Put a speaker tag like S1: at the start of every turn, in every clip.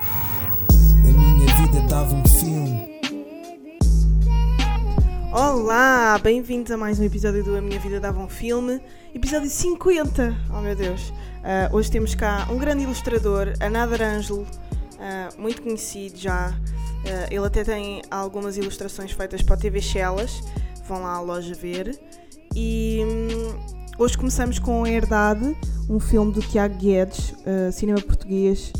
S1: A minha vida dava um filme.
S2: Olá, bem-vindos a mais um episódio do A Minha Vida Dava um Filme, episódio 50. Oh meu Deus! Ah, hoje temos cá um grande ilustrador, Anader Ângelo, ah, muito conhecido já. Ah, ele até tem algumas ilustrações feitas para a TV Chelas, vão lá à loja ver. E hum, hoje começamos com A Herdade, um filme do Tiago Guedes, ah, cinema português,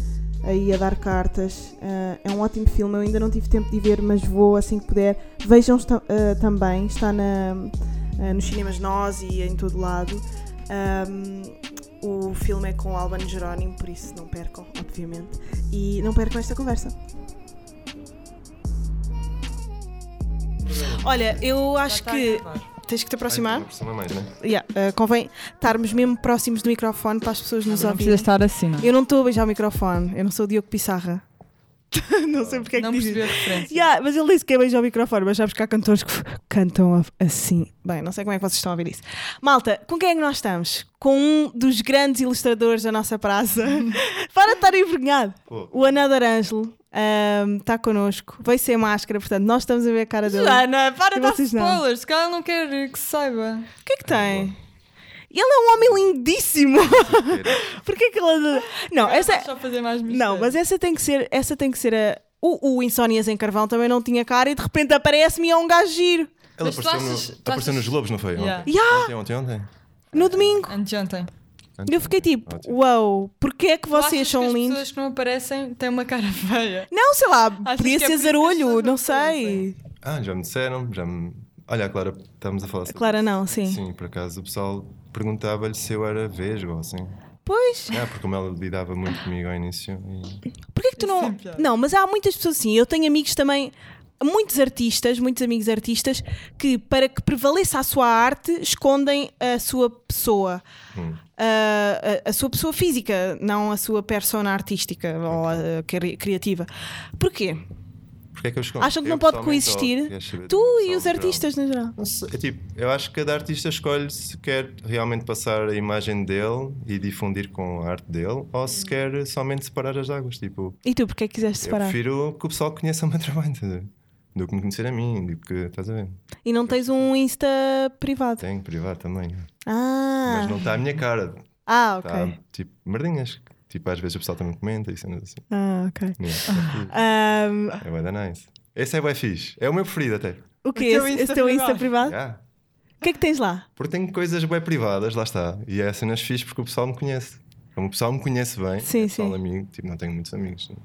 S2: aí a dar cartas. Ah, é um ótimo filme, eu ainda não tive tempo de ver, mas vou assim que puder. Vejam esta- ah, também, está na, ah, nos cinemas nós e em todo lado. Ahm, o filme é com o Albano Jerónimo, por isso não percam, obviamente. E não percam esta conversa. Olha, eu acho que. Tens que te aproximar. Yeah, ah, convém estarmos mesmo próximos do microfone para as pessoas nos
S3: Não precisa
S2: ouvirem.
S3: estar assim, não.
S2: Eu não é? estou a beijar o microfone, eu não sou o Diogo Pissarra. não sei porque é que
S3: não
S2: diz
S3: percebi
S2: isso.
S3: a referência.
S2: Yeah, mas ele disse que é beijar o microfone, mas sabes que há cantores que cantam a- assim. Bem, não sei como é que vocês estão a ver isso. Malta, com quem é que nós estamos? Com um dos grandes ilustradores da nossa praça. Para de estar envergonhado.
S4: Pô.
S2: O Anador Ângelo ahm, ehm, está connosco. Veio sem máscara, portanto, nós estamos a ver a cara dele.
S3: Jana, é?
S2: E
S3: para de dar
S2: vocês não?
S3: spoilers, se calhar não quer que se saiba.
S2: O que é que tem? Ele é um homem lindíssimo. Porquê que ele. anda- Não, essa é.
S3: Só fazer mais mistério.
S2: Não, mas é essa tem que ser, essa tem que ser a. O, o Insónias em Carvão também não tinha cara e de repente aparece-me e é um gajo giro.
S4: Ela
S3: Mas tu
S4: apareceu, no-
S3: achas- tu
S4: apareceu
S3: achas-
S4: nos Globos, não foi? Ontem.
S3: Yeah.
S2: Yeah,
S4: Ontem, ontem, ontem.
S2: no domingo.
S3: Anteontem.
S2: E Eu fiquei tipo,
S4: Ótimo.
S2: uau, porquê é que
S3: Tu
S2: vocês
S3: achas
S2: são
S3: que as
S2: lindos?
S3: pessoas que não aparecem têm uma cara feia.
S2: Não, sei lá,
S3: que
S2: podia
S3: é por
S2: ser
S3: isso que as
S2: zarolho,
S3: pessoas
S2: não
S3: não
S2: sei.
S4: Ah, já me disseram, já me. Olha, a Clara, estamos a falar sobre
S2: Clara, não, sim.
S4: Sim, por acaso o pessoal perguntava-lhe se eu era vesgo ou assim.
S2: Pois,
S4: É, porque como ela lidava muito comigo ao início. E...
S2: porquê que tu não.
S3: É piada.
S2: Não, mas há muitas pessoas assim. Eu tenho amigos também, muitos artistas, muitos amigos artistas, que para que prevaleça a sua arte, escondem a sua pessoa.
S4: Hum.
S2: a, a- a sua pessoa física, não a sua persona artística ou a- cri- criativa. Porquê?
S4: Porque é que eu escondo?
S2: Acham que
S4: Eu
S2: não pode
S4: pessoalmente, ou
S2: coexistir?
S4: queres saber do
S2: Tu e os
S4: pessoal no geral?
S2: artistas, no geral.
S4: Não sei, é tipo, eu acho que cada artista escolhe se quer realmente passar a imagem dele e difundir com a arte dele ou
S2: Hum.
S4: se quer somente separar as águas. Tipo,
S2: E tu, porque é que quiseste
S4: eu
S2: separar?
S4: prefiro que o pessoal conheça o meu trabalho, estás a ver? Do que me conhecer a mim, do que, estás a ver?
S2: E não tens um Insta privado.
S4: Tenho privado também.
S2: Ah,
S4: Mas não está a minha cara.
S2: ah ok.
S4: Está tipo merdinhas. Tipo, às vezes o pessoal também comenta e cenas assim.
S2: Ah, ok.
S4: Yeah.
S2: Ahm,
S4: é bué da nice. Esse é bué fixe. É o meu preferido até.
S2: o que
S3: O teu
S2: Esse,
S3: Insta
S2: esse teu Insta privado?
S3: privado.
S4: Yeah.
S2: O que é que tens lá?
S4: Porque tenho coisas bué privadas, lá está. E é cenas fixe porque o pessoal me conhece. Como o pessoal me conhece bem,
S2: Sim,
S4: é pessoal
S2: sim.
S4: amigo, tipo, não tenho muitos amigos. né?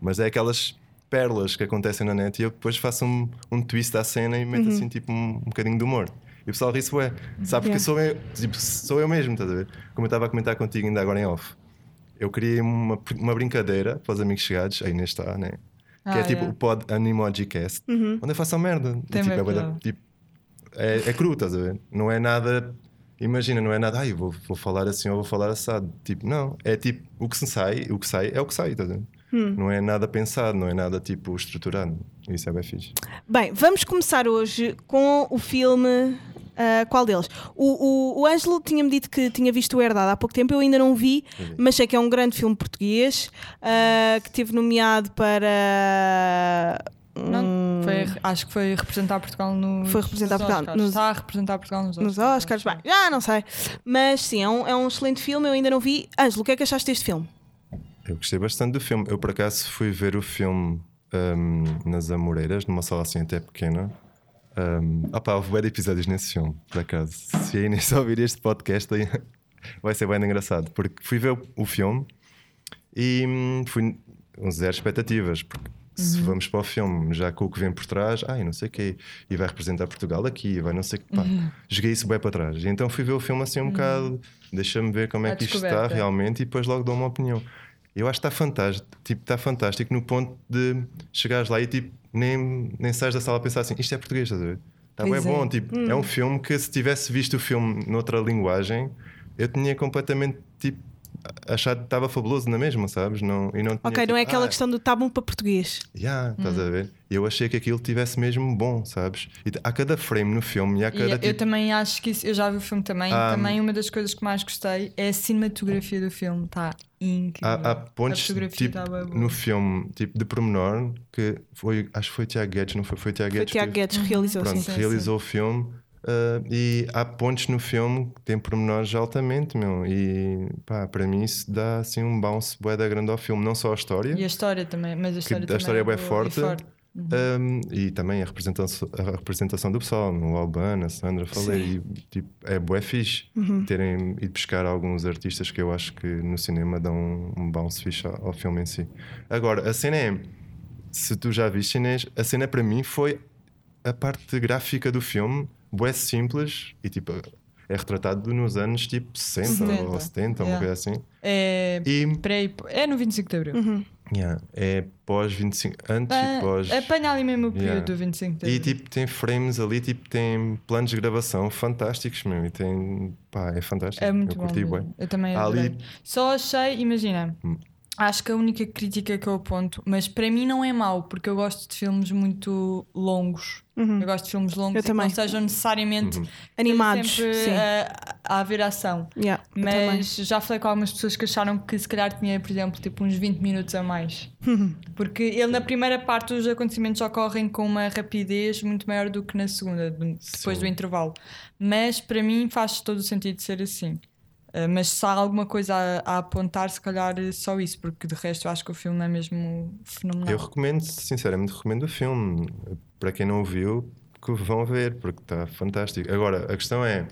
S4: Mas é aquelas pérolas que acontecem na net e eu depois faço um, um twist à cena e
S2: Uhum.
S4: meto assim tipo um, um bocadinho de humor. E o pessoal ri-se bué. Sabe
S2: Yeah.
S4: porque sou eu, tipo, sou eu mesmo, estás a ver? Como eu estava a comentar contigo ainda agora em off. Eu criei uma, uma brincadeira para os amigos chegados, aí neste está, né? Que
S3: Ah,
S4: é tipo
S3: yeah.
S4: o pod Animojicast, onde eu faço a merda.
S3: Tem
S4: tipo,
S3: bué
S4: é, bué da-
S3: piada.
S4: tipo, é, é cru, estás a ver? Não é nada. Imagina, não é nada, ai, vou, vou falar assim ou vou falar assado. Tipo, não. É tipo, o que se sai, o que sai é o que sai, estás a ver? Não é nada pensado, não é nada tipo estruturado. Isso é bem fixe.
S2: Bem, vamos começar hoje com o filme. ah, qual deles? O, o, o Ângelo tinha-me dito que tinha visto o Herdado há pouco tempo, eu ainda não vi,
S4: Uhum.
S2: mas sei que é um grande filme português ah, que teve nomeado para.
S3: Não, foi, acho que foi representar Portugal no.
S2: Foi representar Portugal nos-
S3: Está a representar Portugal nos Oscars.
S2: Nos Oscars, bem, já não sei. Mas sim, é um, é um excelente filme, eu ainda não vi. Ângelo, o que é que achaste deste filme?
S4: Eu gostei bastante do filme. Eu, por acaso, fui ver o filme hum, nas Amoreiras, numa sala assim até pequena. Um, opa, houve bué de episódios nesse filme, por acaso. Se a Inês ouvir este podcast, aí vai ser bem engraçado. Porque fui ver o, o filme e hum, fui com zero expectativas. Porque se vamos para o filme já com o que vem por trás, ai não sei o quê, e vai representar Portugal aqui, e vai não sei o quê. Pá, Joguei isso bem para trás. E então fui ver o filme assim um bocado, deixa-me ver como
S3: À
S4: é que isto está
S3: descoberta.
S4: realmente e depois logo dou uma opinião. Eu acho que está fantástico, tipo, está fantástico no ponto de chegares lá e tipo, nem, nem sais da sala a pensar assim, isto é português, estás a ver? Está bem
S3: Pois é.
S4: bom, tipo,
S2: Hum.
S4: é um filme que se tivesse visto o filme noutra linguagem, eu tinha completamente tipo achar que estava fabuloso na mesma, sabes? Não, e não tinha,
S2: Ok, não é
S4: tipo,
S2: aquela
S4: "Ah,
S2: questão Hum. do tá bom para português.
S4: Yeah, estás a ver? Eu achei que aquilo tivesse mesmo bom, sabes? E t- há cada frame no filme e há
S3: E
S4: cada.
S3: eu
S4: tipo- Ah.
S3: também acho que isso, eu já vi o filme também, também uma das coisas que mais gostei é a cinematografia do filme,
S4: Ah,
S3: está incrível.
S4: há, há
S3: a
S4: pontos
S3: fotografia
S4: tipo,
S3: tá bué boa.
S4: no filme tipo, de pormenor que foi, acho que foi Tiago Guedes, não foi? Foi Tiago
S2: Foi
S4: Guedes. que-
S2: Tiago Guedes que realizou
S4: pronto,
S2: assim.
S3: Sim,
S4: realizou o filme. ah, e há pontos no filme que têm pormenores altamente, meu. E pá, para mim isso dá assim um bounce bué da grande ao filme, não só a história.
S3: E a história também, mas a história
S4: a
S3: também
S4: história é bué
S3: boa e
S4: forte. Um, e também a representação, a representação do pessoal, o Albano, a Sandra, falei, e, tipo, é bué fixe terem ido buscar alguns artistas que eu acho que no cinema dão um, um bounce fixe ao, ao filme em si. Agora, a cena é, se tu já viste chinês, a cena para mim foi a parte gráfica do filme, bué simples e tipo, é retratado nos anos tipo 60 ou
S3: 70,
S4: 70, uma
S3: yeah.
S4: coisa assim.
S3: É,
S4: E
S3: peraí, é no 25 de
S2: Uhum.
S3: Abril.
S4: yeah, é pós 25, antes e pós.
S3: Ah, Apanha ali mesmo o período
S4: Tipo Yeah.
S3: do 25 de
S4: E
S3: Abril.
S4: tipo, tem frames ali, tipo, tem planos de gravação fantásticos mesmo. E tem. pá, é fantástico.
S3: É muito
S4: eu
S3: bom.
S4: curti,
S3: mesmo.
S4: bué.
S3: Eu também
S4: Há ali- Hum.
S3: adorei. Só achei, imagina. Acho que a única crítica que eu aponto, mas para mim não é mau, porque eu gosto de filmes muito longos. Eu gosto de filmes longos
S2: Uhum. Eu
S3: e que
S2: também.
S3: não sejam necessariamente
S4: Uhum.
S2: Animados,
S3: sempre ah,
S2: sim.
S3: A, a haver ação.
S2: Yeah, eu também.
S3: Mas já falei com algumas pessoas que acharam que se calhar tinha, por exemplo, tipo uns 20 minutos a mais. Porque ele na primeira parte os acontecimentos ocorrem com uma rapidez muito maior do que na segunda, do- depois
S4: Sim.
S3: do intervalo. Mas para mim faz todo o sentido ser assim. Uh, Mas se há alguma coisa a, a apontar, se calhar é só isso, porque de resto eu acho que o filme é mesmo fenomenal.
S4: Eu recomendo, sinceramente, recomendo o filme. Para quem não o viu, que vão ver, porque está fantástico. Agora, a questão é.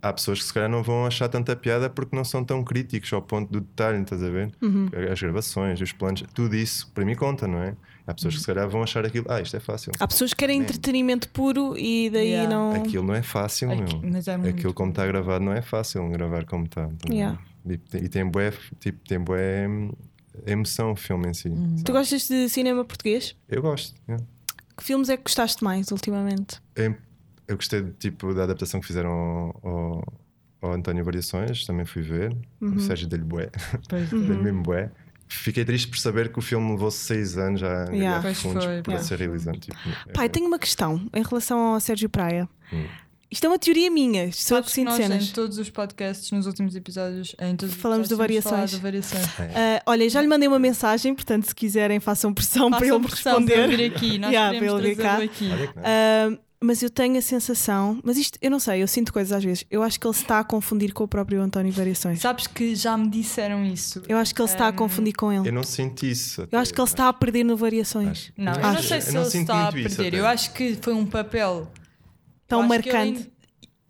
S4: Há pessoas que se calhar não vão achar tanta piada porque não são tão críticos ao ponto do detalhe, estás a ver?
S3: Uhum.
S4: As gravações, os planos, tudo isso para mim conta, não é? Há pessoas que se calhar vão achar aquilo, ah, isto é fácil.
S2: Há pessoas que querem entretenimento puro e daí
S3: Yeah.
S2: não.
S4: Aquilo não é fácil,
S3: Aqui-
S4: meu.
S3: mas é muito
S4: Aquilo como está gravado não é fácil gravar como está. Então,
S2: Uhum. Yeah.
S4: E, tem- e tem bué, tipo, tem bué hum, emoção o filme em si. sabe?
S2: Tu gostas de cinema português?
S4: Eu gosto. yeah.
S2: Que filmes é que gostaste mais ultimamente?
S4: Em- Eu gostei do tipo da adaptação que fizeram ao, ao- ao António Variações, também fui ver.
S2: Uhum.
S4: O Sérgio dele bué,
S3: Pois,
S4: dele mesmo bué. Fiquei triste por saber que o filme levou seis anos já a
S2: Yeah.
S4: ganhar
S3: Pois
S4: fundos
S3: foi,
S4: para
S3: pois
S4: ser
S3: foi.
S4: realizado. Tipo,
S2: Pai, tenho uma questão em relação ao Sérgio Praia.
S4: Hum.
S2: Isto é uma teoria minha, sou eu que
S3: Sabes que
S2: sinto
S3: nós então-
S2: cenas.
S3: em todos os podcasts, nos últimos episódios, em todos os
S2: Falamos de
S3: episódios, temos
S2: variações.
S3: falado de variações.
S2: Ah, olha, já lhe mandei uma mensagem, portanto, se quiserem, façam pressão para ele me
S3: pressão um para ele
S2: responder.
S3: vir aqui, nós
S2: Yeah,
S3: queremos
S2: para ele vir
S3: trazê-lo
S2: cá.
S3: aqui.
S4: Olha que não. é.
S2: Ah, mas eu tenho a sensação, mas isto eu não sei, eu sinto coisas às vezes. Eu acho que ele se está a confundir com o próprio António Variações.
S3: Sabes que já me disseram isso.
S2: Eu acho que ele se
S3: ah,
S2: está a confundir com ele.
S4: eu não senti isso.
S2: um, Eu acho que ele se está a perder no Variações.
S3: Não, eu não
S2: Acho.
S3: sei se
S4: Eu não
S3: ele
S4: sinto
S3: está a
S4: muito isso
S3: perder.
S4: até.
S3: Eu acho que foi um papel
S2: Tão
S3: Eu acho que ele
S2: marcante.
S3: ainda-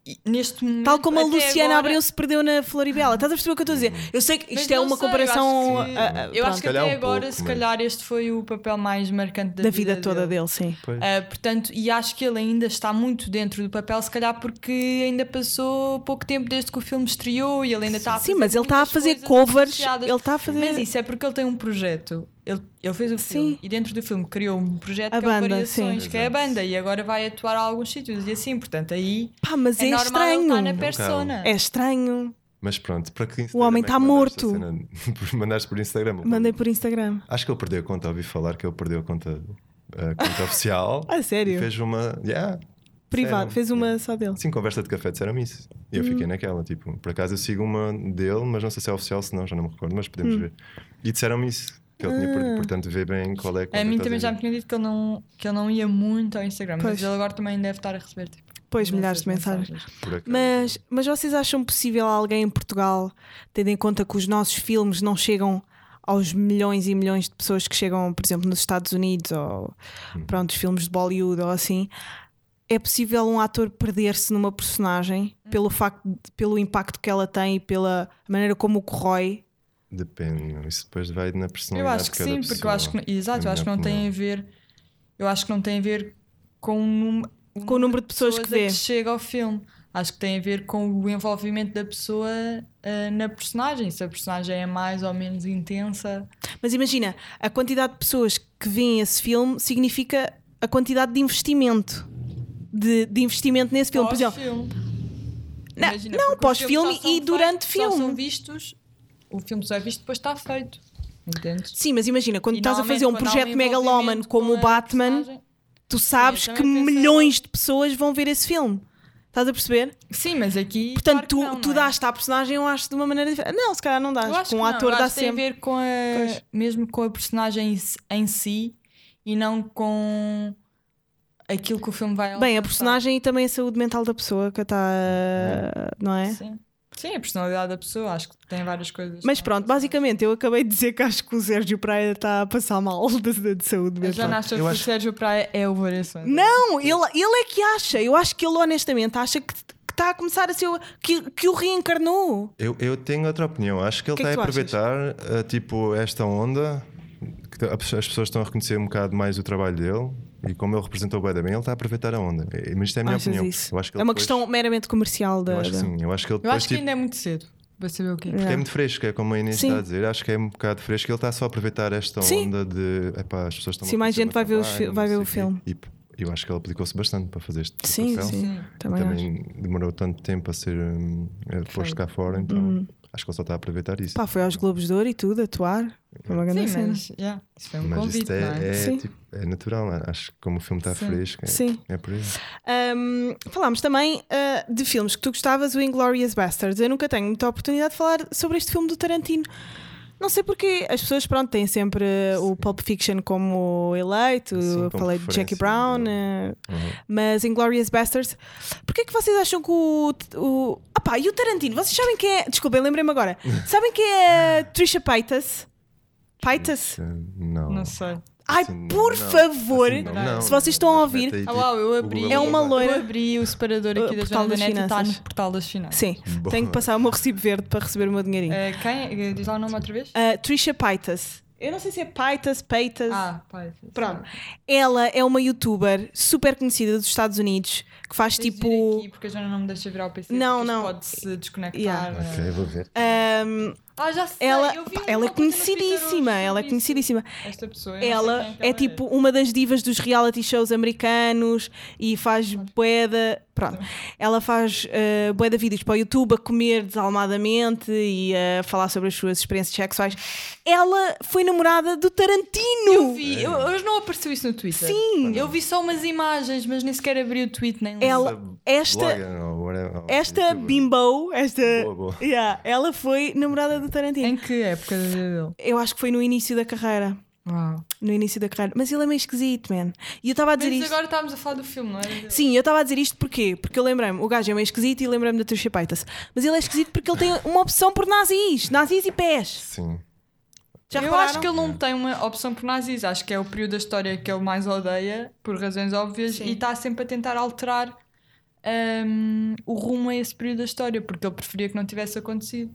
S3: e- Neste momento,
S2: Tal como a
S3: até
S2: Luciana
S3: agora,
S2: Abreu se perdeu na Floribela. Estás a perceber o que eu estou a dizer? Eu sei que
S3: Mas
S2: isto é
S3: não
S2: uma
S3: sei,
S2: comparação.
S3: Eu acho que,
S2: ah, ah,
S3: eu
S2: pronto,
S3: acho que
S4: Se calhar
S3: até
S4: um
S3: agora,
S4: pouco,
S3: se
S4: mas-
S3: calhar, este foi o papel mais marcante da,
S2: da vida toda dele, sim.
S4: Pois.
S3: Ah, portanto, e acho que ele ainda está muito dentro do papel, se calhar porque ainda passou pouco tempo desde que o filme estreou e ele ainda está a
S2: Sim,
S3: fazer
S2: mas ele está a
S3: muitas
S2: fazer
S3: coisas
S2: covers.
S3: associadas.
S2: Ele está a fazer.
S3: Mas isso é porque ele tem um projeto. Ele, ele fez o filme
S2: Sim.
S3: e dentro do filme criou um projeto
S2: A
S3: que é
S2: banda,
S3: o Variações,
S2: sim.
S3: que é a banda, e agora vai atuar a alguns sítios e assim, portanto, aí
S2: Pá, mas
S3: é,
S2: é,
S3: normal ele
S2: estranho.
S3: estar na persona.
S2: É estranho.
S4: Mas pronto, para que
S2: O homem
S4: Instagram é
S2: tá
S4: que mandaste
S2: morto.
S4: a cena? mandaste por Instagram.
S2: Mandei por Instagram.
S4: Acho que ele perdeu a conta, ouvi falar que ele perdeu a conta, a conta oficial.
S2: Ah, sério?
S4: E fez uma. Yeah,
S2: Privado.
S4: sério.
S2: Fez uma só dele.
S4: Sim, conversa de café disseram isso. E eu
S3: Hum.
S4: fiquei naquela, tipo, por acaso eu sigo uma dele, mas não sei se é oficial, se não, já não me recordo, mas podemos
S3: Hum.
S4: ver. E disseram-me isso, que ele tinha perdido, portanto vê bem qual é a conta.
S3: Ah. A mim
S4: que
S3: também
S4: estás
S3: já
S4: a
S3: me
S4: ver.
S3: tinham dito que ele, não, que ele não ia muito ao Instagram,
S2: Pois.
S3: mas ele agora também deve estar a receber tipo,
S2: Pois, milhares
S3: imensas
S2: de mensagens.
S4: Por acaso.
S2: Mas, mas vocês acham possível alguém em Portugal, tendo em conta que os nossos filmes não chegam aos milhões e milhões de pessoas que chegam, por exemplo, nos Estados Unidos ou
S4: Hum.
S2: pronto, os filmes de Bollywood ou assim, é possível um ator perder-se numa personagem
S3: Hum.
S2: pelo facto, de- pelo impacto que ela tem e pela maneira como o corrói?
S4: Depende, meu, isso depois vai na
S3: Eu
S4: personalidade.
S3: acho que
S4: de cada
S3: sim, porque eu
S4: pessoa,
S3: acho que, exato, eu
S4: na
S3: acho que
S4: minha
S3: não tem a
S4: opinião.
S3: ver, eu acho que não tem a ver com o num-
S2: Com o número de pessoas que
S3: a
S2: vê.
S3: chega ao filme. Acho que tem a ver com o envolvimento da pessoa ah, na personagem, se a personagem é mais ou menos intensa.
S2: Mas imagina, a quantidade de pessoas que veem esse filme significa a quantidade de investimento. De, de investimento nesse filme. Por exemplo,
S3: Pós-filme.
S2: Não,
S3: Imagina,
S2: não,
S3: porque os
S2: pós-filme
S3: filmes só
S2: e
S3: são
S2: durante
S3: feitos- só
S2: filme.
S3: são vistos o filme só é visto depois está feito. Entendes?
S2: Sim, mas imagina, quando
S3: E
S2: estás a fazer um
S3: normalmente, quando há
S2: projeto megalómano
S3: envolvimento
S2: como
S3: com
S2: o
S3: a
S2: Batman,
S3: personagem-
S2: tu sabes
S3: Sim, eu
S2: que
S3: também pensei-
S2: milhões de pessoas vão ver esse filme. Estás a perceber?
S3: Sim, mas aqui. claro
S2: Portanto,
S3: que
S2: tu,
S3: não,
S2: tu
S3: não é?
S2: dás-te à personagem, eu acho, de uma maneira diferente. Não, se calhar não dás.
S3: Eu acho
S2: Com
S3: que
S2: um
S3: não,
S2: ator
S3: eu acho
S2: dá
S3: que tem
S2: sempre.
S3: a ver com a,
S2: Pois.
S3: mesmo com a personagem em si- em si e não com aquilo que o filme vai
S2: Bem, a
S3: alcançar.
S2: personagem e também a saúde mental da pessoa que está. Não é?
S3: Sim. Sim, a personalidade da pessoa, acho que tem várias coisas.
S2: Mas
S3: que-
S2: pronto, basicamente eu acabei de dizer que acho que o Sérgio Praia está a passar mal de, de saúde
S3: A
S2: mental.
S3: Joana achou que
S4: Eu
S3: o
S4: acho-
S3: Sérgio Praia é o Variações.
S2: Hum. Não, ele, ele é que acha. Eu acho que ele honestamente acha que que está a começar a ser. o- que, que o reencarnou.
S4: Eu, eu tenho outra opinião. Acho que ele
S2: Que é
S4: está
S2: que
S4: a
S2: tu achas?
S4: aproveitar eh, tipo, esta onda. que t- As pessoas estão a reconhecer um bocado mais o trabalho dele e como ele representou bem, bem ele está a aproveitar a onda. Eh, Mas isto é a minha
S2: Achas
S4: opinião.
S2: isso?
S4: Eu acho
S2: é
S4: que ele
S2: uma
S4: depois-
S2: questão meramente comercial da.
S4: Eu acho que
S2: da-
S4: sim. Eu acho que ele
S3: Eu
S4: depois,
S3: acho que
S4: tipo,
S3: ainda é muito cedo para saber o quê.
S4: porque é muito fresco, é como a Inês
S2: Sim.
S4: está a dizer. Acho que é um bocado fresco. Ele está só a aproveitar esta
S2: Sim.
S4: onda de. Epá, as pessoas estão a
S2: Sim, mais
S4: reconhecer
S2: gente
S4: o
S2: vai ver os
S4: trabalho,
S2: fi- vai
S4: não
S2: ver
S4: sei
S2: o
S4: quê. E eu acho que ele aplicou-se bastante para fazer este tipo
S2: Sim,
S4: papel.
S2: sim,
S3: Sim.
S2: Também, acho.
S4: Então, também demorou tanto tempo a ser hum, eh, posto cá fora, então acho que ele só está a aproveitar isso.
S2: Uhum. Pá, foi aos Globos de Ouro e tudo, atuar. Foi uma grande
S3: Sim,
S2: cena.
S3: mas yeah, isso foi um
S4: Mas
S3: convite,
S4: isto
S3: não é?
S4: é, é,
S2: Sim.
S4: tipo, é natural, acho que como o filme está
S3: Sim.
S4: fresco, é,
S2: Sim.
S4: é por isso.
S2: Ahm, falámos também ah, de filmes que tu gostavas, o Inglourious Basterds. Eu nunca tenho muita oportunidade de falar sobre este filme do Tarantino. Não sei porque as pessoas pronto, têm sempre ah, o Pulp Fiction como eleito,
S4: Sim, como
S2: falei de Jackie
S4: referência, Uhum.
S2: Brown, ah, mas Inglourious Basterds. Porquê é que vocês acham que o. o ah pá, e o Tarantino? Vocês sabem quem é. Desculpem, lembrei-me agora. Sabem quem é a Trisha Paytas? Paytas?
S4: Hum, Não.
S3: Não sei.
S2: Ai,
S4: assim,
S2: por favor,
S3: se
S2: vocês estão a ouvir-
S3: Ah, uau, eu
S4: tipo,
S3: abri.
S2: É uma loira.
S3: Eu abri o separador aqui
S2: O
S3: da
S2: portal
S3: Joana da
S2: das
S3: Net e está
S2: finanças.
S3: no portal das finanças.
S2: Sim,
S4: Boa.
S2: tenho que passar o meu recibo verde para receber o meu dinheirinho.
S3: Eh, quem? eh, Diz lá o nome outra vez?
S2: a Trisha Paytas. Eu não sei se é Paytas, Paytas.
S3: Ah, pai.
S2: Pronto. Ela é uma youtuber super conhecida dos Estados Unidos que faz tipo.
S3: Aqui, porque a Joana não me deixa virar o PC.
S2: Não,
S3: porque isto
S2: não.
S3: Pode-se desconectar.
S2: Yeah.
S3: eh.
S4: Ok, vou ver.
S2: ahm,
S3: Ah, já sei.
S2: ela,
S3: eu vi
S2: pá,
S3: uma
S2: ela é
S3: coisa no Twitter
S2: conhecidíssima.
S3: hoje
S2: Ela é
S3: sobre
S2: conhecidíssima.
S3: isso. Esta pessoa. eu não sei
S2: Ela
S3: quem
S2: é
S3: que ela
S2: tipo uma das divas dos reality shows americanos e faz boeda. Pronto.
S3: é.
S2: Ela faz uh, boeda vídeos para o YouTube a comer desalmadamente e a falar sobre as suas experiências sexuais. Ela foi namorada do Tarantino.
S3: Eu vi, eu- hoje não apareceu isso no Twitter.
S2: Sim.
S3: Eu vi só umas imagens, mas nem sequer abri o tweet nem li.
S2: Ela, esta,
S4: Blogger, ou whatever, ou
S2: Esta
S4: youtuber.
S2: bimbo, esta.
S4: Boa, boa.
S2: Yeah, ela foi namorada do Tarantino.
S3: Em que época da vida dele?
S2: Eu acho que foi no início da carreira.
S3: Uau.
S2: No início da carreira. Mas ele é meio esquisito, man. E eu estava a dizer
S3: Mas
S2: isto.
S3: agora estávamos a falar do filme, não é?
S2: Sim, eu estava a dizer isto porquê? Porque eu lembrei-me, o gajo é meio esquisito e lembrei-me da Trisha Paytas. Mas ele é esquisito porque ele tem uma opção por nazis, nazis e pés.
S4: Sim.
S2: Já
S3: eu
S2: repararam?
S3: acho que ele não tem uma opção por nazis, acho que é o período da história que ele mais odeia, por razões óbvias, e está sempre a tentar alterar hum, o rumo a esse período da história, porque ele preferia que não tivesse acontecido.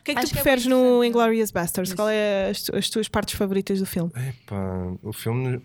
S2: O que é que
S3: Acho
S2: tu
S3: que é
S2: preferes
S3: bem
S2: no
S3: interessante.
S2: Inglourious Basterds?
S3: Isso.
S2: Qual é as, tu- as tuas partes favoritas do filme?
S4: Epá, o filme no,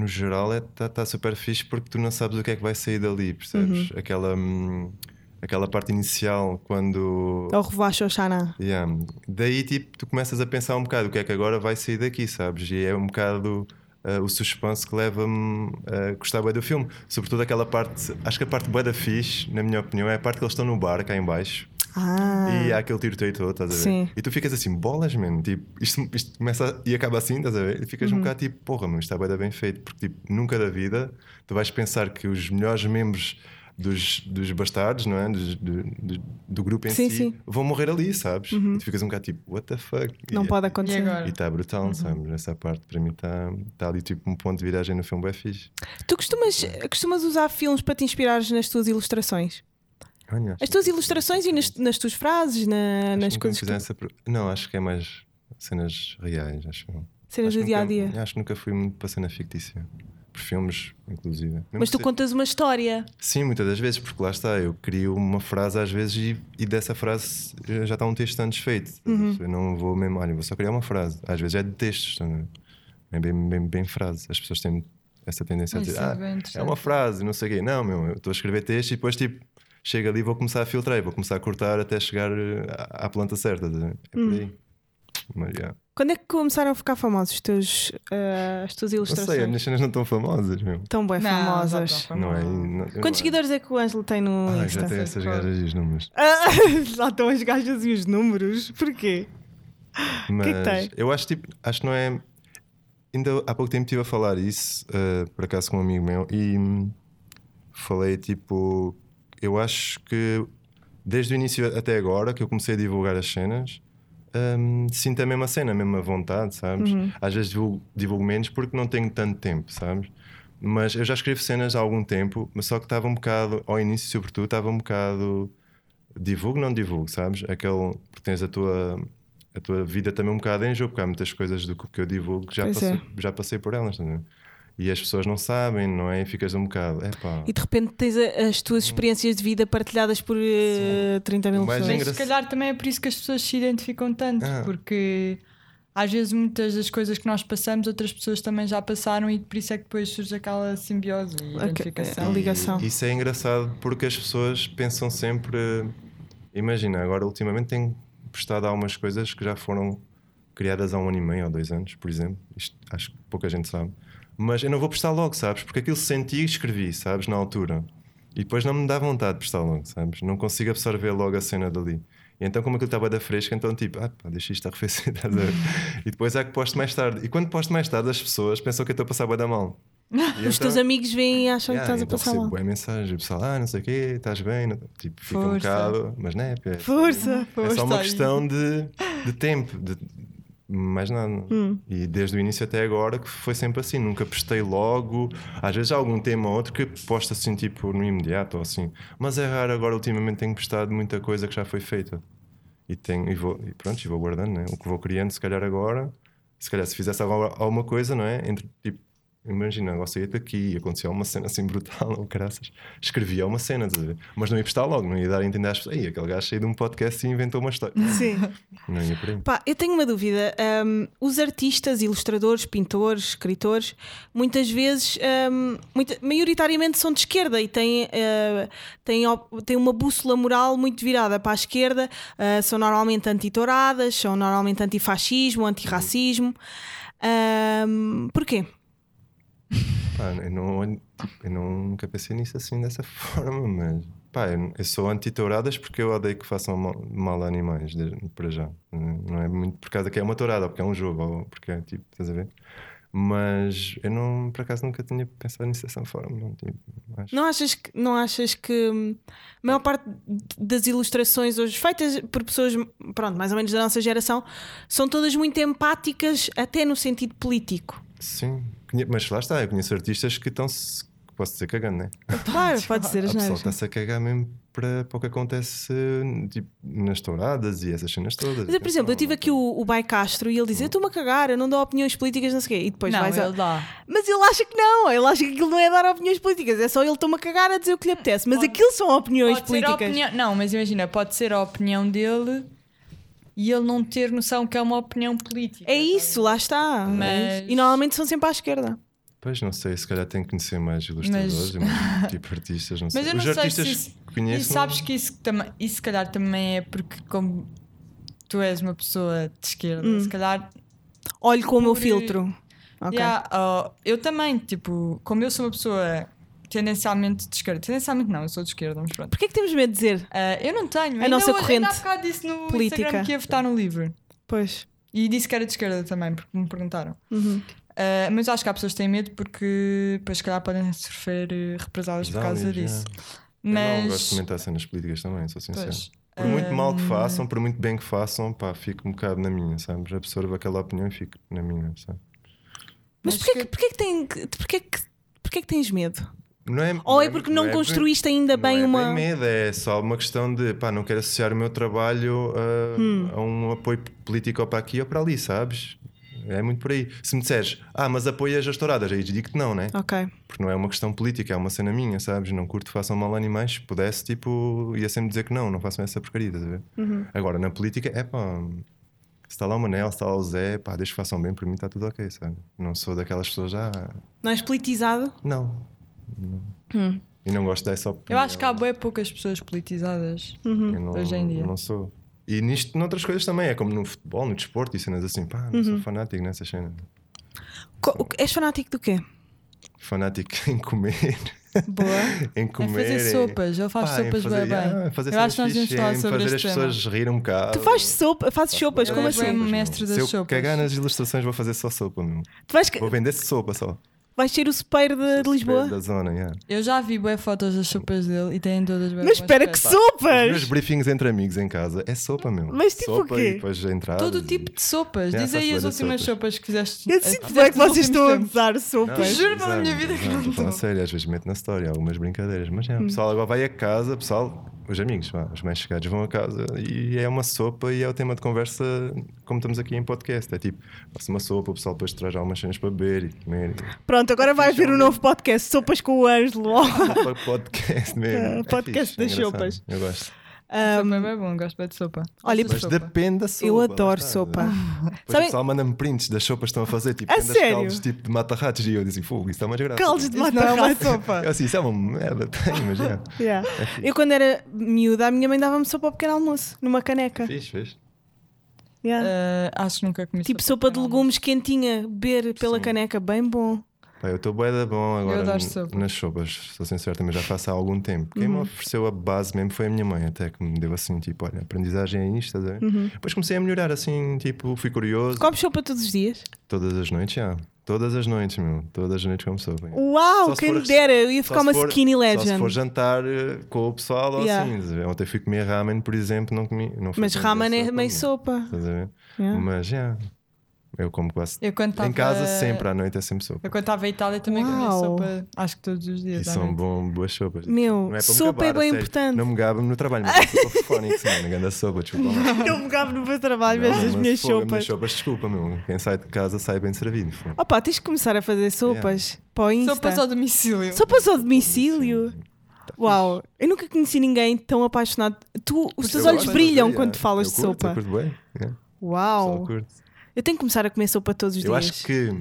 S4: no geral está super fixe porque tu não sabes o que é que vai sair dali, percebes?
S2: Uhum.
S4: Aquela, hum, aquela parte inicial quando.
S2: Ou Revacho Oxana?
S4: Yeah. Daí tipo, tu começas a pensar um bocado o que é que agora vai sair daqui, sabes? E é um bocado ah, o suspense que leva-me a gostar bem do filme. Sobretudo aquela parte, acho que a parte bué da fixe, na minha opinião, é a parte que eles estão no bar cá em baixo
S2: Ah.
S4: e há aquele tiroteio todo, estás a ver?
S2: Sim.
S4: E tu ficas assim, bolas, mano, tipo, isto, isto começa e acaba assim, estás a ver? E
S2: Uhum.
S4: ficas um bocado tipo, porra, mano, isto está bué da bem feito, porque tipo, nunca da vida tu vais pensar que os melhores membros dos, dos bastardos, não é? Dos- do, do- do grupo em
S2: Sim,
S4: si,
S2: sim. Uhum.
S4: vão morrer ali, sabes? E tu ficas um bocado tipo, what the fuck?
S2: Não
S4: e, tipo,
S2: pode Uhum. acontecer.
S3: E agora?
S4: E está brutal, sabes? Essa parte para mim está tá ali tipo um ponto de viragem no filme, bué fixe.
S2: Tu costumas, costumas usar filmes para te inspirares nas tuas ilustrações?
S4: Olha,
S2: As
S4: acho
S2: tuas
S4: que-
S2: ilustrações e nas, nas tuas frases, na- nas
S4: acho que nunca me
S2: coisas que
S4: fizeram essa per- Não, acho que é mais cenas reais, acho que não.
S2: cenas
S4: Acho
S2: do
S4: que
S2: dia a
S4: nunca-
S2: dia.
S4: Acho que nunca fui muito para cena fictícia. Por filmes, inclusive. Mesmo
S2: Mas tu
S4: que-
S2: contas uma história.
S4: Sim, muitas das vezes, porque lá está, eu crio uma frase às vezes e, e dessa frase eh, já está um texto antes feito. Eu não vou mesmo, olha, vou só criar uma frase. Às vezes é de textos, não é? é bem, bem, bem frase. As pessoas têm essa tendência a
S3: Isso
S4: dizer,
S3: é
S4: ah,
S3: bem
S4: é
S3: interessante."
S4: uma frase, não sei o quê. Não, meu, eu estou a escrever texto e depois tipo. Chego ali e vou começar a filtrar, e vou começar a cortar até chegar eh, à à planta certa. tá a ver? É por aí. Mas, yeah.
S2: Quando é que começaram a ficar famosos os teus, ah, as tuas
S4: Não sei, as
S2: ilustrações?
S4: minhas cenas não estão famosas, meu.
S2: Tão bem
S3: Não,
S2: tá
S3: tá
S2: famosas.
S3: não, não,
S4: Não é?
S3: não.
S4: Não, eu-
S2: Quantos seguidores é que o Ângelo tem no
S4: Ah, já
S2: Insta?
S4: tem essas gajas e os números.
S2: Ah, lá estão as gajas e os números. Porquê?
S4: Mas
S2: que é que tem?
S4: eu acho tipo, acho que não é. Ainda há pouco tempo estive a falar isso, eh, por acaso com um amigo meu, e hum, falei tipo, eu acho que desde o início até agora que eu comecei a divulgar as cenas, hum, sinto a mesma cena, a mesma vontade, sabes?
S2: Uhum.
S4: Às vezes divulgo, divulgo menos porque não tenho tanto tempo, sabes? Mas eu já escrevo cenas há algum tempo, mas só que estava um bocado, ao início sobretudo, estava um bocado divulgo, não divulgo, sabes? Aquele, porque tens a tua, a tua vida também um bocado em jogo, porque há muitas coisas do que que eu divulgo que já,
S2: Pois
S4: passei,
S2: é.
S4: já passei por elas, estás a ver? E as pessoas não sabem, não é? E ficas um bocado, epá.
S2: E de repente tens a- as
S4: Hum.
S2: tuas experiências de vida partilhadas por eh, 30 mil
S4: O mais
S2: pessoas.
S3: Mas se
S4: engraçado.
S3: calhar também é por isso que as pessoas se identificam tanto,
S4: Ah.
S3: porque às vezes muitas das coisas que nós passamos, outras pessoas também já passaram e por isso é que depois surge aquela simbiose e
S2: Ok,
S3: identificação.
S2: a ligação.
S4: E isso é engraçado porque as pessoas pensam sempre. Imagina, agora ultimamente tenho postado algumas coisas que já foram criadas há um ano e meio ou dois anos, por exemplo. Isto acho que pouca gente sabe. Mas eu não vou postar logo, sabes? Porque aquilo senti e escrevi, sabes? Na altura. E depois não me dá vontade de postar logo, sabes? Não consigo absorver logo a cena dali. E então, como aquilo estava da fresca, então tipo, ah, pá, deixa isto arrefecer, estás a ver? E depois há que posto mais tarde. E quando posto mais tarde, as pessoas pensam que eu estou a passar bué da mal. E
S2: Os
S4: então-
S2: teus amigos vêm e acham
S4: Yeah,
S2: que estás a
S4: então
S2: passar
S4: recebo
S2: mal.
S4: boa mensagem, o pessoal, ah, não sei o quê, estás bem, não- tipo, fica um
S3: Força.
S4: bocado, mas não é, é,
S2: Força!
S4: é só uma
S3: Força aí.
S4: questão de, de tempo, de mais nada. E desde o início até agora que foi sempre assim, nunca postei logo, às vezes há algum tema ou outro que posto assim, tipo, no imediato ou assim, mas é raro agora, ultimamente tenho postado muita coisa que já foi feita. E, tenho, e, vou, e pronto, e vou guardando, né? o que vou criando, se calhar agora, se calhar se fizesse alguma, alguma coisa, não é? Entre, tipo, imagina, agora saía daqui e aconteceu uma cena assim brutal, ou graças, escrevia uma cena, estás a ver? mas não ia postar logo, não ia dar a entender às pessoas, "Ei, aquele gajo saiu de um podcast e inventou uma história.
S2: Sim.
S4: Não ia por aí.
S2: Pá, eu tenho uma dúvida. Hum, os artistas, ilustradores, pintores, escritores, muitas vezes, hum, muita- maioritariamente são de esquerda e têm, eh, têm, op- têm uma bússola moral muito virada para a esquerda, eh, são normalmente antitouradas, são normalmente antifascismo, antirracismo. Hum, porquê?
S4: Pá, eu, não, olho- tipo, eu nunca pensei nisso assim dessa forma, mas pá, eu, eu sou anti-touradas porque eu odeio que façam mal, mal a animais, desde, para já. Não é muito por causa que é uma tourada, ou porque é um jogo, ou porque é tipo, estás a ver? Mas eu não, por acaso, nunca tinha pensado nisso dessa forma. Não, tipo, acho-
S2: Não achas que, não achas que hum, a maior parte das ilustrações hoje feitas por pessoas, pronto, mais ou menos da nossa geração, são todas muito empáticas, até no sentido político?
S4: Sim, Conhe- mas lá está, eu conheço artistas que estão-se, que posso dizer, cagando, né?
S2: Claro, pode ser
S4: A
S2: as
S4: pessoa
S2: neiras.
S4: está-se a cagar mesmo para, para o que acontece tipo, nas touradas e essas cenas todas.
S2: Mas, por exemplo, eu tive aqui o, o Bai Castro e ele diz: Eu estou-me a cagar, eu não dou opiniões políticas, não sei o quê. E depois
S3: Não,
S2: vais a-
S3: ele dá.
S2: Mas ele acha que não, ele acha que aquilo não é dar opiniões políticas, é só ele estou-me a cagar a dizer o que lhe apetece. Mas aquilo são opiniões
S3: Pode ser a
S2: políticas.
S3: opinião, não, mas imagina, pode ser a opinião dele e ele não ter noção que é uma opinião política.
S2: É isso, lá está.
S3: Mas-
S2: E normalmente são sempre à esquerda.
S4: Pois não sei, se calhar tenho que conhecer mais ilustradores
S3: Mas-
S4: e mais tipo artistas, não sei.
S3: Mas eu
S4: Os
S3: não sei
S4: artistas
S3: se isso-
S4: que
S3: E
S4: conheço.
S3: sabes que isso, também, isso se calhar também é porque como tu és uma pessoa de esquerda, se calhar
S2: Olho com o meu
S3: Por-
S2: filtro. Hum. Ok.
S3: Yeah, oh, eu também, tipo, como eu sou uma pessoa tendencialmente de esquerda, tendencialmente não, eu sou de esquerda, mas pronto.
S2: Porquê é que temos medo de dizer?
S3: Ah, eu não tenho.
S2: A
S3: Ainda
S2: nossa
S3: hoje-
S2: corrente
S3: Ainda há bocado disse no
S2: política.
S3: Instagram que ia votar no livro.
S2: Pois.
S3: E disse que era de esquerda também, porque me perguntaram.
S2: Uhum.
S3: Ah, mas acho que há pessoas que têm medo porque, depois, se calhar, podem sofrer eh, represálias por causa
S4: Represálias, é.
S3: disso.
S4: Eu não
S3: Mas.
S4: gosto de comentar cenas políticas também, sou sincero.
S3: pois, hum.
S4: Por muito mal que façam, por muito bem que façam, pá, fico um bocado na minha, sabes? Absorvo aquela opinião e fico na minha, sabe?
S2: Mas,
S3: Mas
S2: porquê, que...
S3: que-
S2: porquê, que tem, que- porquê, que, porquê que tens medo?
S4: Não é,
S3: Oh,
S2: Ou é porque não
S4: é-
S2: construíste ainda
S4: não
S2: bem
S4: é
S2: uma.
S4: medo, é só uma questão de pá, não quero associar o meu trabalho a,
S3: Hum.
S4: a um apoio político ou para aqui ou para ali, sabes? É muito por aí. Se me disseres, ah, mas apoias as touradas, aí digo-te não, né?
S2: Ok.
S4: Porque não é uma questão política, é uma cena minha, sabes? Não curto que façam mal a animais. Se pudesse, tipo, ia sempre dizer que não, não façam essa porcaria, estás a ver?
S3: Uhum.
S4: Agora, na política, é pá. Se está lá o Manel, se está lá o Zé, pá, deixa que façam bem, para mim está tudo ok, sabe? Não sou daquelas pessoas já.
S2: Não é és politizado?
S4: Não. Não.
S3: Hum.
S4: E não gosto dessa opinião.
S2: Hum.
S3: Eu acho que há bem poucas pessoas politizadas.
S4: Eu não,
S3: Uhum. hoje em dia.
S4: Não sou. E nisto, noutras coisas também, é como no futebol, no desporto e cenas assim, pá, não
S3: Uhum.
S4: sou fanático nessas cenas.
S2: Co- o que- és fanático do quê?
S4: Fanático em comer,
S3: Boa. É
S4: em comer. é
S3: fazer
S4: em-
S3: sopas, ele faz
S4: pá, em
S3: sopas
S4: fazer,
S3: bué bem.
S4: ah, em fazer
S3: Eu
S4: cenas
S3: acho que nós
S4: fixe,
S3: devíamos falar
S4: em
S3: sobre
S4: fazer as
S3: este
S4: pessoas rirem um bocado.
S2: Tu fazes sopa, fazes sopas,
S3: Eu
S2: como
S3: lembro-me-
S2: assim?
S4: Mas,
S3: mestre
S4: meu,
S3: das
S4: Se eu
S3: sopas.
S4: cagar nas ilustrações, vou fazer só sopa, meu.
S2: Tu vais, ca-
S4: Vou vender sopa só.
S2: vais ser o super de, de Lisboa?
S4: Da zona, yeah.
S3: Eu já vi bué fotos das sopas dele e têm todas bué
S2: Mas
S3: bom
S2: espera que
S3: aspecto.
S4: Os meus
S2: sopas!
S4: briefings entre amigos em casa é sopa, meu.
S2: Mas tipo
S4: sopa
S2: o quê?
S4: E depois entradas
S3: Todo
S4: e-
S3: tipo de sopas.
S4: Yeah,
S3: Diz aí
S4: faz
S3: as
S4: bué de
S3: últimas
S4: sopas.
S3: sopas que fizeste.
S2: Eu
S3: eh,
S2: sinto
S3: fizeste
S2: bem que
S3: nos
S2: vocês estão
S3: últimos
S2: a
S3: tempos.
S2: gozar
S4: Não,
S2: sopas.
S3: Juro pela
S4: exato,
S3: minha vida que
S4: exato.
S3: não
S4: Tô falando
S3: estou.
S4: sério, às vezes meto na história algumas brincadeiras. Mas
S2: Hum.
S4: é, o pessoal agora vai a casa, o pessoal, os amigos, vá, os mais chegados vão a casa e é uma sopa e é o tema de conversa, como estamos aqui em podcast. É tipo, faço uma sopa, o pessoal depois traz algumas cenas para beber e comer.
S2: Pronto, agora vai vir um novo podcast, Sopas com o Ângelo.
S4: Sopa podcast mesmo.
S2: Ah, podcast
S4: fixe, é
S2: das
S4: engraçado.
S2: sopas.
S4: Eu gosto.
S3: Sopa é bem bom, gosto bem de sopa.
S2: Olha,
S3: Gosto
S4: Mas
S3: de sopa.
S4: depende da sopa.
S2: Eu
S4: lá
S2: adoro
S4: está.
S2: sopa. Ah,
S4: Depois
S2: Sabem-
S4: o pessoal manda-me prints das sopas que estão a fazer, tipo,
S2: A
S4: grandes
S2: sério?
S4: caldos tipo de mata-ratos e eu disse, fogo, isso está mais graça.
S2: Caldos de
S3: Isso não é
S2: matar
S3: uma
S2: rato.
S3: sopa.
S4: Eu assim, isso é uma merda, mas é.
S2: Yeah. Eu quando era miúda, a minha mãe dava-me sopa ao pequeno almoço, numa caneca.
S4: Fiz, fiz.
S2: Yeah.
S4: É,
S3: Eh, acho que nunca comi
S2: tipo sopa de legumes quentinha, beber pela caneca, bem bom.
S4: Pá, eu estou bué da bom agora
S3: adoro
S4: n-
S3: sopa.
S4: nas sopas, sou sincero, também já faço há algum tempo. Quem
S2: Uhum.
S4: me ofereceu a base mesmo foi a minha mãe, até que me deu assim, tipo, olha, aprendizagem é isto, estás a ver?
S2: Uhum.
S4: Depois comecei a melhorar, assim, tipo, fui curioso.
S2: Comes sopa todos os dias?
S4: Todas as noites, já. Todas as noites, meu. Todas as noites como sopa. já.
S2: Uau,
S4: Só se
S2: quem
S4: for-
S2: me dera, eu ia
S4: Só
S2: ficar
S4: se
S2: uma
S4: for-
S2: Um skinny
S4: Só se
S2: legend.
S4: for jantar eh, com o pessoal ou
S2: Yeah.
S4: assim. estás a ver? Ontem fui comer ramen, por exemplo, não comi. Não fui
S2: Mas
S4: comer
S2: ramen é
S4: sopa,
S2: meio
S4: não.
S2: sopa.
S4: Estás a ver?
S2: Yeah.
S4: Mas já. Eu como quase.
S3: Eu quando
S4: Em
S3: tava-
S4: casa sempre, à noite é sempre sopa.
S3: Eu quando estava em Itália também comia
S2: Uau.
S3: sopa, acho que todos os dias.
S4: E
S3: à
S4: são
S3: noite.
S4: bom, boas sopas.
S2: Meu,
S4: para me
S2: sopa é
S4: gabar, a
S2: bem
S4: sério.
S2: importante.
S4: Não me gabo no trabalho, mas eu sou fónico, mano. Ganda sopa, desculpa. lá.
S2: Não me gabo no meu trabalho,
S4: Não,
S2: mas as
S4: mas
S2: minhas
S4: fogo, é as
S2: sopas. Oh,
S4: minhas sopas, desculpa, meu. Quem sai de casa sai bem servido. fogo.
S2: Opa, tens que começar a fazer sopas para o Insta.
S3: Sopas ao domicílio.
S2: Sopas ao domicílio. Tá Uau, eu nunca conheci ninguém tão apaixonado. Tu, os teus
S4: Eu
S2: olhos
S4: gosto,
S2: brilham
S4: yeah.
S2: quando tu falas
S4: Eu
S2: de
S4: curto,
S2: sopa.
S4: Eu curto bem. yeah. Só
S2: Uau,
S4: curto.
S2: eu tenho que começar a comer sopa todos os
S4: Eu
S2: dias.
S4: acho que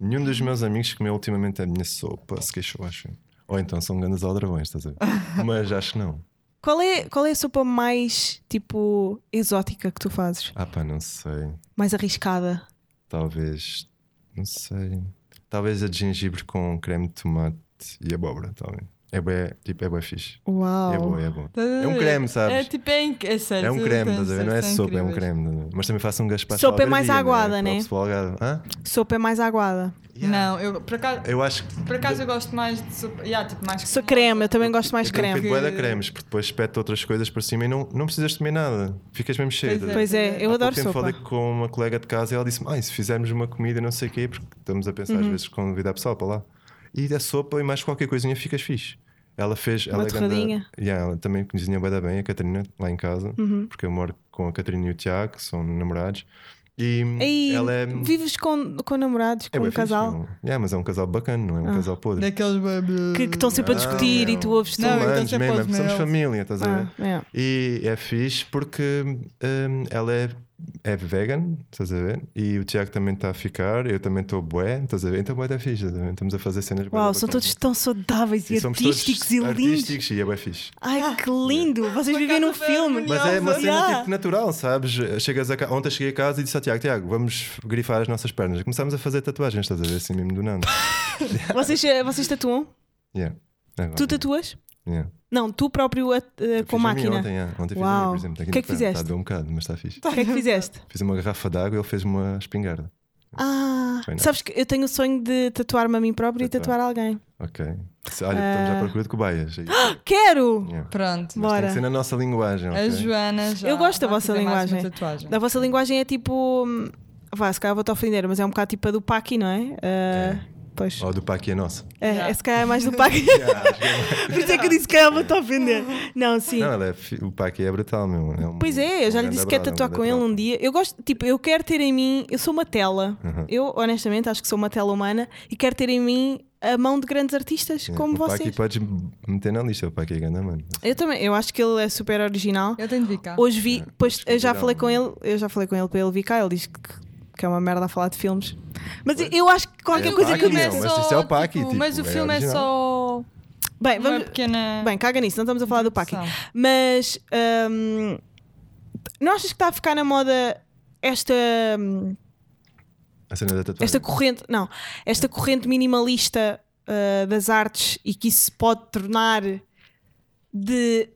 S4: nenhum dos meus amigos comeu ultimamente a minha sopa, se queixou, acho. Ou então são grandes aldrabões, estás a ver? Mas acho que não.
S2: Qual, é, qual é a sopa mais tipo exótica que tu fazes?
S4: Ah, pá, não sei.
S2: Mais arriscada?
S4: Talvez. Não sei. Talvez a de gengibre com creme de tomate e abóbora, talvez. É bué, tipo, é bué fixe.
S2: Uau,
S4: É bom, é bom.
S3: Estás Oh. Tá a
S4: É um
S3: ver?
S4: creme, sabes?
S3: É tipo, é, inc- é sério.
S4: É um
S3: tu
S4: creme,
S3: tens
S4: estás a ver? Não é
S3: acesso,
S4: sopa, é um
S3: incríveis.
S4: creme. estás a ver? Mas também faço um gaspacho
S2: Sopa é mais aguada,
S4: né?
S2: né?
S4: Para o pessoal aguado. Hã?
S2: sopa é mais aguada.
S3: Não, eu por acaso,
S4: Eu acho que
S3: por acaso eu gosto mais de sopa. Yeah, tipo, mais
S2: Só creme, eu também gosto mais
S4: Eu tenho
S2: creme.
S4: feito bué da cremes, porque depois espeto outras coisas para cima e não, não precisas comer nada. Ficas mesmo cheio.
S3: Pois é.
S2: Pois é, eu
S4: Há pouco
S2: adoro
S4: tempo
S2: sopa.
S4: falei com uma colega de casa e ela disse-me: ah, e se fizermos uma comida, não sei o quê, porque estamos a pensar às
S2: Uhum.
S4: vezes convidar pessoal para lá. E da sopa e mais qualquer coisinha ficas fixe. Ela fez.
S2: Uma
S4: ela é ganda-
S2: torradinha.
S4: Yeah, ela também cozinha bué da bem, a Catarina, lá em casa,
S2: Uhum.
S4: porque eu moro com a Catarina e o Tiago, que são namorados. E
S2: E
S4: ela é.
S2: vives com, com namorados, com
S4: é bué
S2: um
S4: fixe,
S2: casal Ah.
S4: não- yeah, mas é um casal bacana, não é um casal podre.
S3: Daqueles blá,
S2: que que estão
S4: Ah,
S2: sempre a discutir e tu ouves
S4: Não,
S3: Não,
S2: tudo.
S3: então
S4: humanos
S3: sempre
S4: mesmo, é
S3: podes
S4: somos
S3: nele.
S4: família, estás a ver?
S2: Ah, é.
S4: E é fixe porque hum, ela é, é vegan, estás a ver? E o Tiago também está a ficar, eu também estou bué, estás a ver? Então bué está fixe, estás a ver? estamos a fazer cenas bué
S2: Uau,
S4: bacanas.
S2: são todos tão saudáveis e,
S4: E somos todos
S2: artísticos e lindos.
S4: Artísticos e é bué fixe.
S2: Ai, que lindo! Vocês
S3: Uma
S2: vivem num
S3: casa
S2: filme.
S3: bem
S4: Mas é uma
S2: Nossa.
S4: cena
S2: Yeah.
S4: tipo natural, sabes? Chegas a ca... Ontem cheguei a casa e disse ao Tiago, Tiago, vamos grifar as nossas pernas. Começámos a fazer tatuagens, estás a ver? Assim mesmo do nada.
S2: Vocês, eh, vocês tatuam?
S4: Yeah. Agora,
S2: Tu tatuas?
S4: yeah.
S2: Não, tu próprio eh, eh, com
S4: Fiz a minha
S2: máquina.
S4: Ontem, yeah. ontem fiz a
S2: Uau.
S4: minha, por exemplo.
S2: O que é que fizeste?
S4: Está um bocado, mas está fixe.
S2: O que é que fizeste?
S4: Fiz uma garrafa d'água e ele fez uma espingarda.
S2: Ah,
S4: Foi nada.
S2: sabes que eu tenho o sonho de tatuar-me a mim próprio e
S4: Tatuar.
S2: tatuar alguém.
S4: Ok. Se- Olha, estamos
S2: Ah.
S4: à procura de cobaias. É isso.
S2: Quero!
S4: Yeah.
S3: Pronto.
S4: Mas tem
S2: Bora.
S4: que ser na nossa linguagem.
S3: A
S4: ok?
S3: Joana já
S2: Eu gosto da
S3: vai
S2: vossa
S3: fazer mais uma
S2: linguagem.
S3: tatuagem.
S2: A vossa linguagem é tipo. hum, Vá, se calhar vou-te ofender, mas é um bocado tipo a do Paqui, não é? Ah, Pois.
S4: Ou do Paqui é nossa.
S2: É,
S3: Yeah.
S2: é, se calhar é mais do Paqui. Por isso é que eu disse que calhar vou-te ofender. Não, sim.
S4: Não, ela é fi- o Paqui é brutal, meu. um-
S2: Pois é, eu já
S4: um
S2: lhe
S4: grande
S2: disse que é
S4: brother, um
S2: tatuar com
S4: grande
S2: ele um
S4: brother.
S2: dia. Eu gosto, tipo, eu quero ter em mim, eu sou uma tela.
S4: Uhum.
S2: Eu, honestamente, acho que sou uma tela humana e quero ter em mim a mão de grandes artistas
S4: Yeah.
S2: como
S4: o
S2: vocês.
S4: Paqui podes m- meter na lista. O Paqui é grande, mano.
S2: Eu também, eu acho que ele é super original.
S3: Eu tenho de vir cá.
S2: Hoje
S4: É,
S2: vi, pois eu já
S4: convidar
S2: falei
S4: um-
S2: com ele, eu já falei com ele para ele vir cá, ele diz que, que é uma merda a falar de filmes. Mas eu acho que qualquer
S4: É,
S2: coisa que eu
S4: Paqui,
S2: disse.
S4: não, mas isso é o Paqui,
S3: tipo,
S4: tipo,
S3: mas o
S4: é
S3: filme é
S4: original.
S3: só
S2: Bem,
S3: uma
S2: É, vamos.
S3: pequena.
S2: Bem, caga nisso, não estamos a falar do Paqui.
S3: Introdução.
S2: Mas hum, Não achas que está a ficar na moda esta, hum,
S4: A cena da tatuagem.
S2: esta corrente, não, esta corrente minimalista ah, das artes e que isso se pode tornar de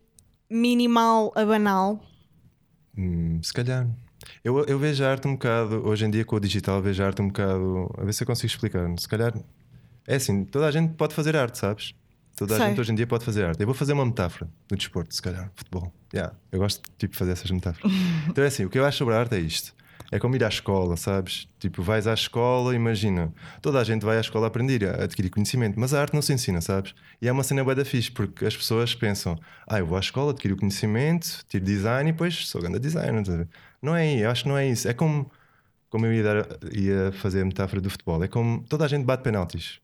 S2: minimal a banal?
S4: Hum, se calhar. Eu, eu vejo a arte um bocado, hoje em dia com o digital, vejo a arte um bocado. A ver se eu consigo explicar. Se calhar. É assim, toda a gente pode fazer arte, sabes? Toda a
S2: Sei.
S4: gente hoje em dia pode fazer arte. Eu vou fazer uma metáfora do desporto, se calhar, futebol. Yeah, eu gosto tipo, de fazer essas metáforas. então é assim, o que eu acho sobre a arte é isto. É como ir à escola, sabes? Tipo, vais à escola, imagina. Toda a gente vai à escola aprender, a adquirir conhecimento, mas a arte não se ensina, sabes? E é uma cena bué da fixe, porque as pessoas pensam: ah, eu vou à escola, adquiro conhecimento, tiro design e depois sou grande designer. estás a ver? Não é, eu acho que não é isso. É como, como eu ia, dar- ia fazer a metáfora do futebol, é como toda a gente bate penaltis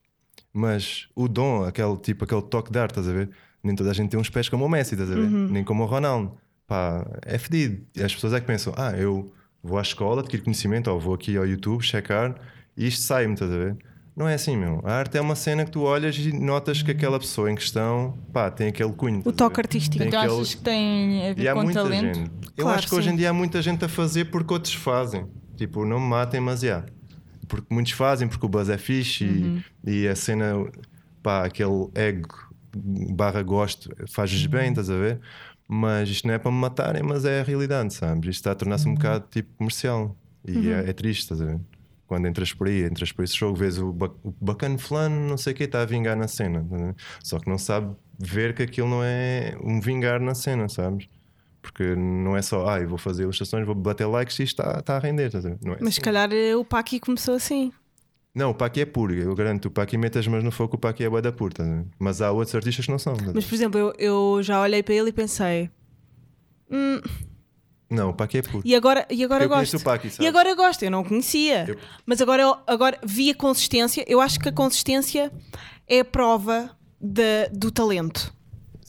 S4: mas o dom, aquele tipo, aquele toque de arte, estás a ver? Nem toda a gente tem uns pés como o Messi, estás a ver?
S2: Uhum.
S4: Nem como o Ronaldo. Pá, é fedido. E As pessoas é que pensam, ah, eu vou à escola, adquiro conhecimento, ou vou aqui ao YouTube checar e isto sai-me, estás a ver? Não é assim, meu. A arte é uma cena que tu olhas e notas que aquela pessoa em questão, pá, tem aquele cunho.
S2: Uhum. O
S4: estás a
S2: toque
S4: ver?
S2: artístico.
S4: é. Tem
S3: Então
S4: aquele-
S3: achas que tem a
S4: e
S3: ver
S4: há
S3: com
S4: muita
S3: talento?
S4: gente. Eu
S2: Claro,
S4: acho que hoje
S2: sim.
S4: em dia há muita gente a fazer porque outros fazem. Tipo, não me matem, mas yeah. Porque muitos fazem, porque o buzz é fixe e- e, a cena, pá, aquele ego barra gosto faz-lhes bem, estás a ver? Mas isto não é para me matarem, mas é a realidade, sabes? Isto está a tornar-se um bocado tipo comercial e é, é triste, estás a ver? Quando entras por aí, entras por esse jogo, vês o, ba- o bacana fulano, não sei o que, está a vingar na cena. estás a ver? Só que não sabe ver que aquilo não é um vingar na cena, sabes? Porque não é só, ah, eu vou fazer ilustrações, vou bater likes e isto está está a render. estás a ver? Não, é
S2: Mas se
S4: assim.
S2: calhar eh, o Paqui começou assim.
S4: não, o Paqui é puro, eu garanto. O Paqui mete as mãos no fogo, o Paqui é bué da pura. estás a ver? Mas há outros artistas que não são. estás a ver?
S2: Mas, por exemplo, eu, eu já olhei para ele e pensei.
S4: Não, o Paqui é puro.
S2: E agora, e agora
S4: Eu conheço
S2: gosto.
S4: o Paqui,
S2: e
S4: sabe?
S2: agora eu gosto, eu não conhecia.
S4: Eu-
S2: Mas agora, eu- agora vi a consistência. Eu acho que a consistência é a prova da- do talento.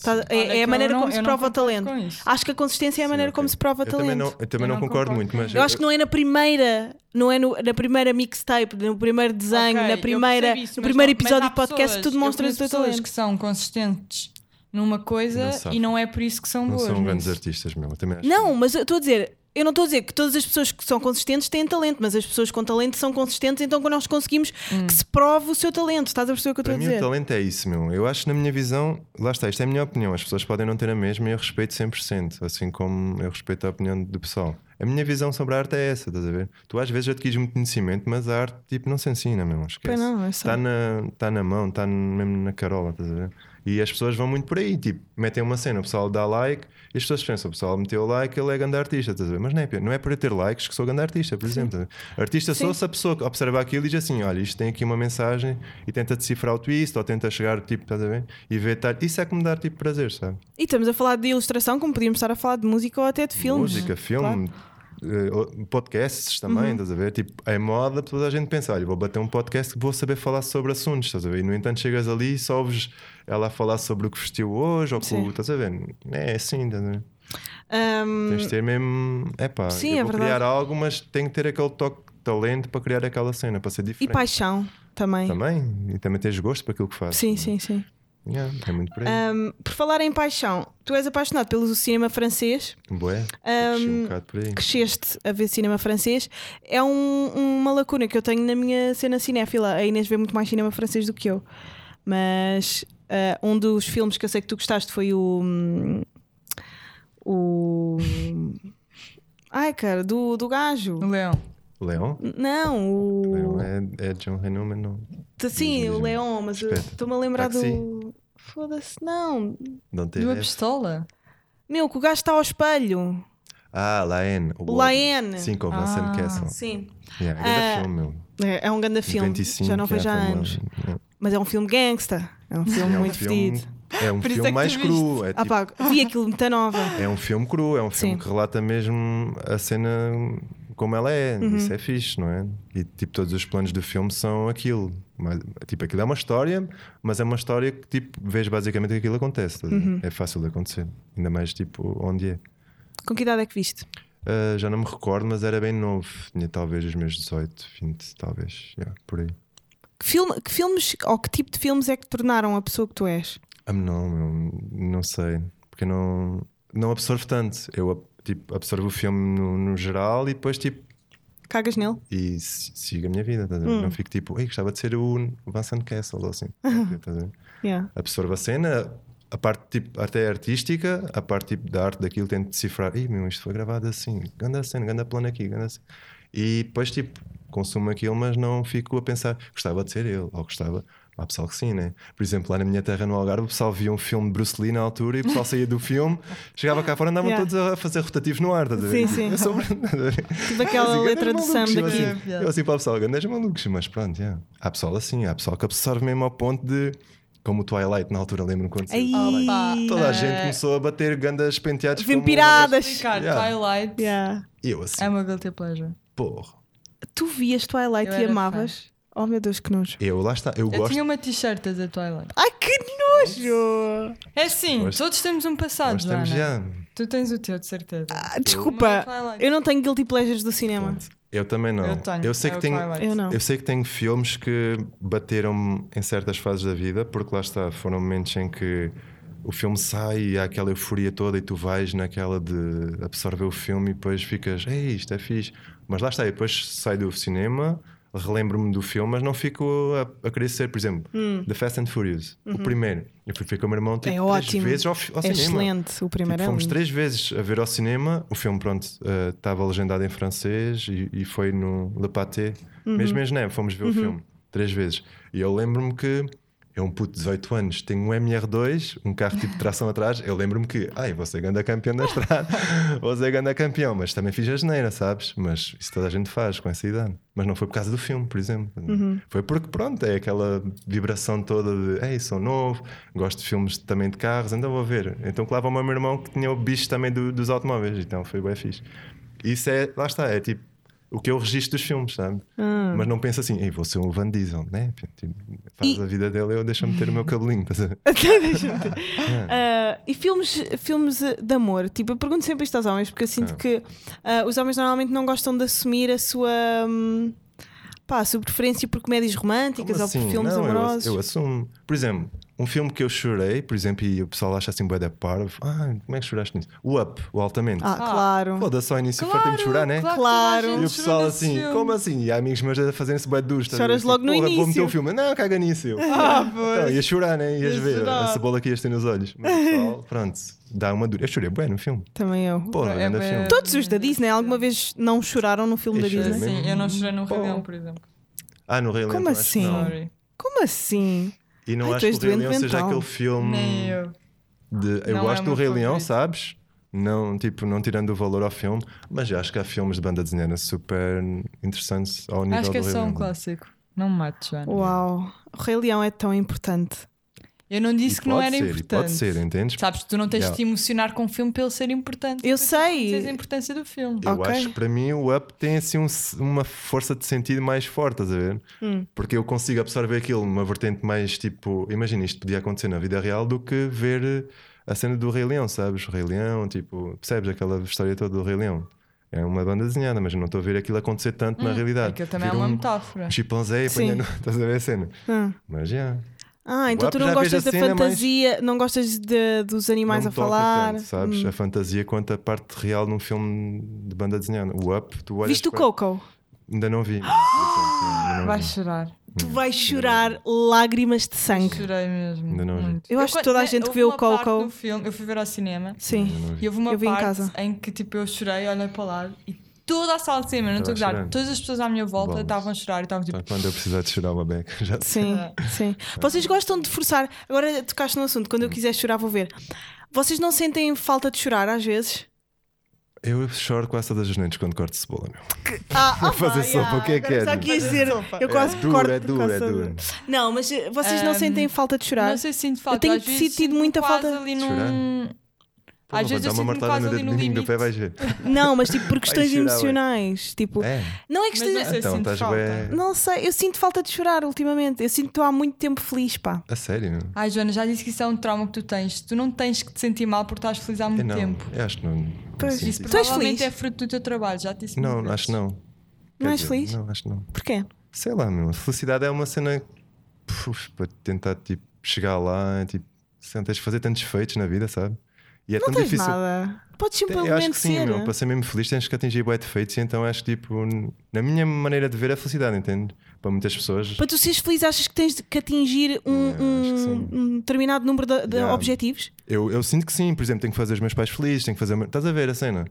S2: Tá- é-
S3: Olha
S2: é,
S3: que
S2: a
S3: eu
S2: maneira
S3: não-
S2: como se
S3: eu não
S2: prova o
S3: concordo
S2: talento.
S3: com isso.
S2: Acho que a consistência é a maneira
S4: Ok.
S2: como se prova o
S4: eu também
S2: talento.
S4: não, eu também
S3: Eu
S4: não,
S3: não
S4: concordo,
S3: concordo
S4: muito,
S3: com
S4: mas
S2: Eu acho que não é na primeira, não é no- na primeira mixtape, no primeiro desenho,
S3: Ok,
S2: na
S3: eu
S2: primeira,
S3: percebo isso,
S2: no
S3: mas-
S2: primeiro
S3: mas
S2: episódio
S3: há
S2: de podcast que tu
S3: pessoas-
S2: demonstras
S3: eu
S2: o teu
S3: conheço pessoas
S2: talento.
S3: que são consistentes numa coisa
S4: Não sabem.
S3: e não é por isso que são
S4: não
S3: boas.
S4: são grandes
S3: nisso.
S4: artistas, meu. Eu também acho
S2: Não, mas eu estou a dizer, eu não estou a dizer que todas as pessoas que são consistentes têm talento, mas as pessoas com talento são consistentes, então quando nós conseguimos que se prove o seu talento, estás a perceber o que eu estou
S4: Hum. Para
S2: a
S4: mim,
S2: dizer?
S4: o talento é isso, meu. Eu acho, na minha visão, lá está, isto é a minha opinião. As pessoas podem não ter a mesma e eu respeito 100%, assim como eu respeito a opinião do pessoal. A minha visão sobre a arte é essa, estás a ver? Tu às vezes adquires muito conhecimento, mas a arte tipo, não se ensina, meu. Esquece.
S2: Pois não, é só-
S4: Está na, tá na mão, está mesmo na carola, estás a ver? E as pessoas vão muito por aí, tipo, metem uma cena, o pessoal dá like e as pessoas pensam, o pessoal meteu like, ele é grande artista, estás a ver? Mas não é, não é por eu ter likes que sou grande artista, por exemplo. estás a ver? Artista sou se a pessoa que observa aquilo e diz assim: olha, isto tem aqui uma mensagem e tenta decifrar o twist ou tenta chegar, tipo, estás a ver? E ver tal. Isso é que me dá tipo prazer, sabe?
S2: E estamos a falar de ilustração, como podíamos estar a falar de música ou até de filmes. Uhum.
S4: Música, filme, eh, o- podcasts também, estás a ver? Tipo, é moda, toda a gente pensa, olha, vou bater um podcast que vou saber falar sobre assuntos, estás a ver? E no entanto chegas ali e só ouves ela a falar sobre o que vestiu hoje ou que,
S2: Sim.
S4: o- estás a ver? É assim, estás a ver?
S2: Ahm,
S4: Tens de ter mesmo, é pá,
S2: Sim,
S4: eu
S2: é
S4: vou
S2: verdade.
S4: criar algo, mas tem que ter aquele toque de talento para criar aquela cena, para ser
S2: e
S4: diferente.
S2: paixão também.
S4: Também, e também tens gosto para aquilo que fazes.
S2: Sim,
S4: né?
S2: sim, sim.
S4: Yeah, é muito por aí.
S2: Ahm, por falar em paixão, tu és apaixonado pelo cinema francês,
S4: Bué, eu cresci um bocado por aí.
S2: cresceste a ver cinema francês. É um- uma lacuna que eu tenho na minha cena cinéfila. A Inês vê muito mais cinema francês do que eu. Mas ah, um dos filmes que eu sei que tu gostaste foi o. hum, O. Ai, cara, do, do gajo.
S3: O Leão.
S4: Leão?
S2: Não,
S4: Leão
S2: o.
S4: é, é John Renault, mas não.
S2: Sim, o Leon, mas eu
S4: Espeta.
S2: estou-me a lembrar do.
S4: é? Taxi.
S2: Foda-se, não.
S4: Não tem
S3: De uma
S4: rap.
S3: pistola?
S2: Meu, que o gajo está ao espelho.
S4: Ah, Laen.
S2: O Laen.
S4: Sim, com o Vincent
S3: Ah.
S4: Castle.
S2: Sim.
S4: Yeah, grande
S2: Ah,
S4: filme, meu.
S2: É, é um grande filme.
S4: 25,
S2: já não foi
S4: yeah,
S2: já há
S4: foi uma-
S2: anos.
S4: yeah.
S2: Mas é um filme gangsta. É um filme
S4: É um
S2: muito
S4: filme-
S2: fedido.
S4: É um
S3: Por isso
S4: filme
S3: é que
S4: mais
S3: tu
S4: cru. É,
S2: Ah,
S4: tipo,
S2: pá, vi aquilo muito nova.
S4: é um filme cru, é um filme
S2: Sim.
S4: que relata mesmo a cena como ela é.
S2: Uhum.
S4: Isso é fixe, não é? E tipo, todos os planos do filme são aquilo. Mas, tipo, aquilo é uma história, mas é uma história que tipo, vês basicamente que aquilo acontece. estás a
S2: Uhum.
S4: ver? É fácil de acontecer. Ainda mais tipo onde é.
S2: Com que idade é que viste?
S4: Ah, já não me recordo, mas era bem novo. Tinha talvez os meus 18, 20, talvez. Yeah, por aí.
S2: Que, filme, que filmes ou que tipo de filmes é que te tornaram a pessoa que tu és?
S4: Ah, não, meu, não sei. Porque não, não absorvo tanto. Eu, tipo, absorvo o filme no, no geral e depois tipo,
S2: Cagas nele?
S4: e si- sigo a minha vida. estás a ver? Não fico tipo, ei, gostava de ser o Vincent Castle ou assim. Estás a ver?
S2: Yeah.
S4: absorvo a cena, a parte tipo, até artística, a parte tipo, da arte daquilo, tento decifrar. Ih, meu, isto foi gravado assim, ganda cena, ganda plano aqui, ganda cena. E depois, tipo, consumo aquilo, mas não fico a pensar, gostava de ser ele, ou gostava. Há pessoal que sim, né? Por exemplo, lá na minha terra, no Algarve, o pessoal via um filme de Bruce Lee na altura e o pessoal saía do filme, chegava cá fora, andavam
S2: Yeah.
S4: todos a fazer rotativos no ar, estás a ver?
S2: Sim, sim.
S4: Eu sou Bruno, estás a ver?
S2: Tive aquela
S4: Assim,
S2: letra do
S4: grandes
S2: Sam
S4: malucos, eu
S2: daqui.
S4: assim- Eu assim para o pessoal, grandes malucos, mas pronto, yeah. há pessoal assim, há pessoal que absorve mesmo ao ponto de. Como o Twilight, na altura, lembro-me quando saiu o Twilight.
S3: Ai.
S4: Toda a
S3: Ah, Eh,
S4: gente começou a bater gandas penteados. como
S2: Vampiradas!
S3: Ricardo,
S4: Yeah.
S3: Twilight
S2: Yeah.
S4: umas- E eu assim,
S3: é uma guilty pleasure.
S4: porra.
S2: Tu vias Twilight
S3: Eu
S2: e
S3: era
S2: amavas? Oh meu Deus, que nojo.
S4: Eu lá está, eu,
S3: Eu
S4: gosto.
S3: tinha uma t-shirt a dizer Twilight.
S2: Ai que nojo!
S3: É sim,
S4: Mas-
S3: todos temos um passado,
S4: Nós estamos já.
S3: Joana. Tu tens o teu, de certeza.
S2: Ah,
S3: Uma
S2: desculpa,
S3: é Twilight.
S2: eu não tenho guilty pleasures do cinema.
S4: Pronto. Então, Eu também não.
S3: Eu tenho.
S4: sei
S3: é
S4: que
S3: o
S4: tenho.
S3: Twilight.
S2: Eu não.
S4: Eu sei que tenho filmes que bateram em certas fases da vida, porque lá está, foram momentos em que o filme sai e há aquela euforia toda e tu vais naquela de absorver o filme e depois ficas, ei, isto é fixe. Mas lá está, e depois saio do cinema, relembro-me do filme, mas não fico a, a querer ser, por exemplo, The Fast and Furious, o primeiro. Eu fui ver com o meu irmão tipo,
S2: Hum. Uhum. É
S4: três
S2: ótimo.
S4: vezes ao, fi- ao
S2: é
S4: cinema.
S2: excelente, o primeiro
S4: Tipo,
S2: é
S4: fomos
S2: lindo.
S4: três vezes a ver ao cinema. O filme, pronto, eh, estava legendado em francês e, e foi no Le Pathé. Mesmo em Geneve, fomos ver o filme três vezes. E eu lembro-me que é um puto de 18 anos, tenho um MR2, um carro tipo de tração atrás. Eu lembro-me que, ai, você ganda campeão da estrada, você ganda campeão. Mas também fiz a geneira, sabes? Mas isso toda a gente faz com essa idade. Mas não foi por causa do filme, por exemplo. Foi porque, pronto, é aquela vibração toda de, ei, sou novo, gosto de filmes também de carros, então vou ver. Então, claro, o meu irmão que tinha o bicho também do- dos automóveis, então foi bem fixe. Isso é, lá está, é tipo o que eu registro dos filmes, sabe? Mas não penso assim, ei, vou ser um Van Diesel, né? Tipo, faz
S2: E-
S4: a vida dele, eu deixa-me ter o meu cabelinho, estás a ver?
S2: Deixa-me ter.
S4: É.
S2: Ah, e filmes, filmes eh, de amor? Tipo, eu pergunto sempre isto aos homens, porque eu
S4: É.
S2: sinto que ah, os homens normalmente não gostam de assumir a sua, hum, pá, a sua preferência por comédias românticas
S4: Como assim?
S2: ou por filmes
S4: Não, eu-
S2: amorosos.
S4: Eu, assumo. Por exemplo, um filme que eu chorei, por exemplo, e o pessoal acha assim, bué da parvo. Ah, como é que choraste nisso? O Up, o Altamente.
S2: Ah,
S3: Ah,
S2: claro.
S4: Foda-se, só início
S3: Claro,
S4: fartei-me de chorar, né?
S3: claro.
S2: Claro.
S3: toda a
S4: E o
S3: gente chorou
S4: pessoal
S3: nesse
S4: assim,
S3: filme.
S4: como assim? E há amigos meus a fazerem-se bué duros. estás a ver?
S2: Choras
S4: Tipo,
S2: logo no
S4: porra, Vou meter
S2: início.
S4: o filme. Não, caga nisso. Eu. Ah,
S3: pois.
S4: ia chorar, né? Ias
S3: Ia
S4: ver
S3: chorar.
S4: a cebola que ias ter nos olhos. Mas o pessoal, pronto, dá uma dura. Eu chorei bué no filme.
S2: Também eu.
S4: Pô,
S3: É
S4: grande
S3: bué-
S4: filme.
S2: Todos os da Disney alguma vez não choraram num filme da
S4: Deixa eu
S2: Disney?
S4: ver.
S3: Sim, eu não chorei no
S4: Pô.
S3: Rei Leão, por exemplo.
S4: Ah, no Rei Leão.
S2: Como
S4: acho que
S2: assim?
S4: não.
S3: Sorry.
S2: Como assim?
S4: E não
S2: Ai, tu
S4: acho
S2: és
S4: que o Rei
S2: doente
S4: Leão seja
S2: mental.
S4: aquele filme.
S3: Nem eu.
S4: de- eu
S3: Não é
S4: gosto
S3: o
S4: do
S3: meu
S4: Rei Leão,
S3: favorito.
S4: sabes? Não, tipo, não tirando o valor ao filme, mas eu acho que há filmes de banda desenhada super interessantes ao nível
S3: Acho que é
S4: do Rei
S3: só um
S4: Leão.
S3: clássico. Não me mates, Joana.
S2: Uau, o Rei Leão é tão importante.
S3: Eu não
S4: E
S3: disse que não
S4: pode
S3: era
S4: ser, e
S3: importante. Tá.
S4: Pode ser, entendes?
S3: Sabes, tu não tens
S4: Yeah.
S3: de te emocionar com o filme pelo ser importante.
S2: Eu
S3: Tu
S2: sei.
S3: Tens a importância do filme.
S4: Eu
S2: Ok.
S4: acho que para mim o up tem assim um s- uma força de sentido mais forte, estás a ver? Porque eu consigo absorver aquilo, uma vertente mais tipo, imagina isto podia acontecer na vida real do que ver eh, a cena do Rei Leão, sabes? O Rei Leão, tipo, percebes aquela história toda do Rei Leão? É uma banda desenhada, mas eu não estou a ver aquilo acontecer tanto na realidade.
S3: Aquilo também
S4: Ver
S3: é uma
S4: um
S3: metáfora.
S4: Chimpanzé
S2: Sim.
S4: apanhando, estás a ver a cena?
S2: Ah.
S4: Mas já.
S2: Ah, então
S4: Uau,
S2: tu não
S4: já vejo
S2: gostas
S4: a
S2: da
S4: cena, mas-
S2: fantasia, não gostas de- dos animais
S4: não
S2: a
S4: me toca
S2: falar. Hum.
S4: tanto, sabes? A fantasia quanto a parte real num filme de banda desenhada. O up, tu olhas.
S2: Viste o
S4: para-
S2: Coco?
S4: Ainda não vi. Ainda não
S3: Vais
S4: vi.
S3: chorar.
S2: Tu vais chorar lágrimas de sangue.
S3: Chorei mesmo.
S4: Ainda não vi.
S3: muito.
S2: Eu acho que
S3: quando-
S2: toda a
S3: né,
S2: gente que
S3: houve
S2: vê o
S3: uma parte
S2: Coco-
S3: do filme- eu fui ver ao cinema
S2: Sim.
S3: e houve uma
S2: Eu vi em
S3: parte
S2: casa.
S3: em que tipo, eu chorei, olhei para lá e toda a sala de cinema, não estou a
S4: Estava
S3: gozar,
S4: chorando.
S3: todas as pessoas à minha volta
S4: Bolas.
S3: estavam a chorar e estavam tipo.
S4: Então, quando eu precisar de chorar uma beca, já sei.
S2: Sim, sim. Vocês gostam de forçar. Agora tocaste no assunto, quando eu quiser chorar, vou ver. Vocês não sentem falta de chorar às vezes?
S4: Eu choro quase todas as noites quando corto cebola, meu.
S2: Ah, ah,
S4: fazer
S2: pá,
S4: sopa, o que é que
S2: agora
S4: é?
S2: só quis dizer, eu quase
S4: é duro,
S2: corto
S4: é duro,
S2: quase
S4: é
S2: todo.
S4: duro.
S2: Não, mas eh, vocês não
S3: Ahm,
S2: sentem falta de chorar?
S3: Um, Não sei se sinto falta.
S2: Eu tenho
S3: às vezes
S2: sentido
S3: sinto-me
S2: muita
S3: quase
S2: falta-
S3: ali
S4: Chorar?
S3: num.
S4: Pô, Então,
S3: Às
S4: vou
S3: vezes
S4: dar
S3: eu
S4: uma
S3: sinto-me
S4: martelada
S3: quase
S4: no
S3: ali
S4: dedo
S3: no
S4: mindinho do
S3: limite.
S4: pé, vais ver.
S2: Não, mas tipo por questões
S4: chorar, ué.
S2: emocionais. Tipo,
S4: É.
S2: não é
S3: Mas
S2: questões.
S3: não sei se
S4: Então,
S3: sinto
S4: estás
S3: falta.
S4: bué-
S2: Não sei, eu sinto falta de chorar ultimamente. Eu sinto que estou há muito tempo feliz, pá.
S4: A sério?
S3: Ai, Joana, já disse que isso é um trauma que tu tens. Tu não tens que te sentir mal porque estás feliz há
S4: Eu
S3: muito
S4: não.
S3: tempo.
S4: Eu acho que não.
S2: Pois,
S4: não,
S2: isso
S4: sinto
S2: Tu és
S3: Provavelmente
S2: feliz?
S3: é fruto do teu trabalho, já te disse.
S4: não,
S3: muitas
S4: acho que não. Quer
S2: és
S4: dizer,
S2: feliz?
S4: Não, acho que não.
S2: Porquê?
S4: Sei lá, meu. A felicidade é uma cena puf, para tentar tipo, chegar lá, é, tipo, sei lá, tens de fazer tantos feitos na vida, sabe? E é
S2: Não
S4: tão
S2: tens
S4: difícil.
S2: nada. Podes
S4: Eu acho
S2: simplesmente
S4: que sim,
S2: ser.
S4: meu, para ser mesmo feliz tens que atingir bué de feitos e então acho que tipo, n- na minha maneira de ver a felicidade, entende? Para muitas pessoas.
S2: Para tu seres feliz, achas que tens de- que atingir um,
S4: Eu acho que
S2: um-
S4: sim.
S2: um determinado número de, de
S4: Yeah.
S2: objetivos?
S4: Eu, eu sinto que sim, por exemplo, tenho que fazer os meus pais felizes, tenho que fazer. o meu- Estás a ver a cena?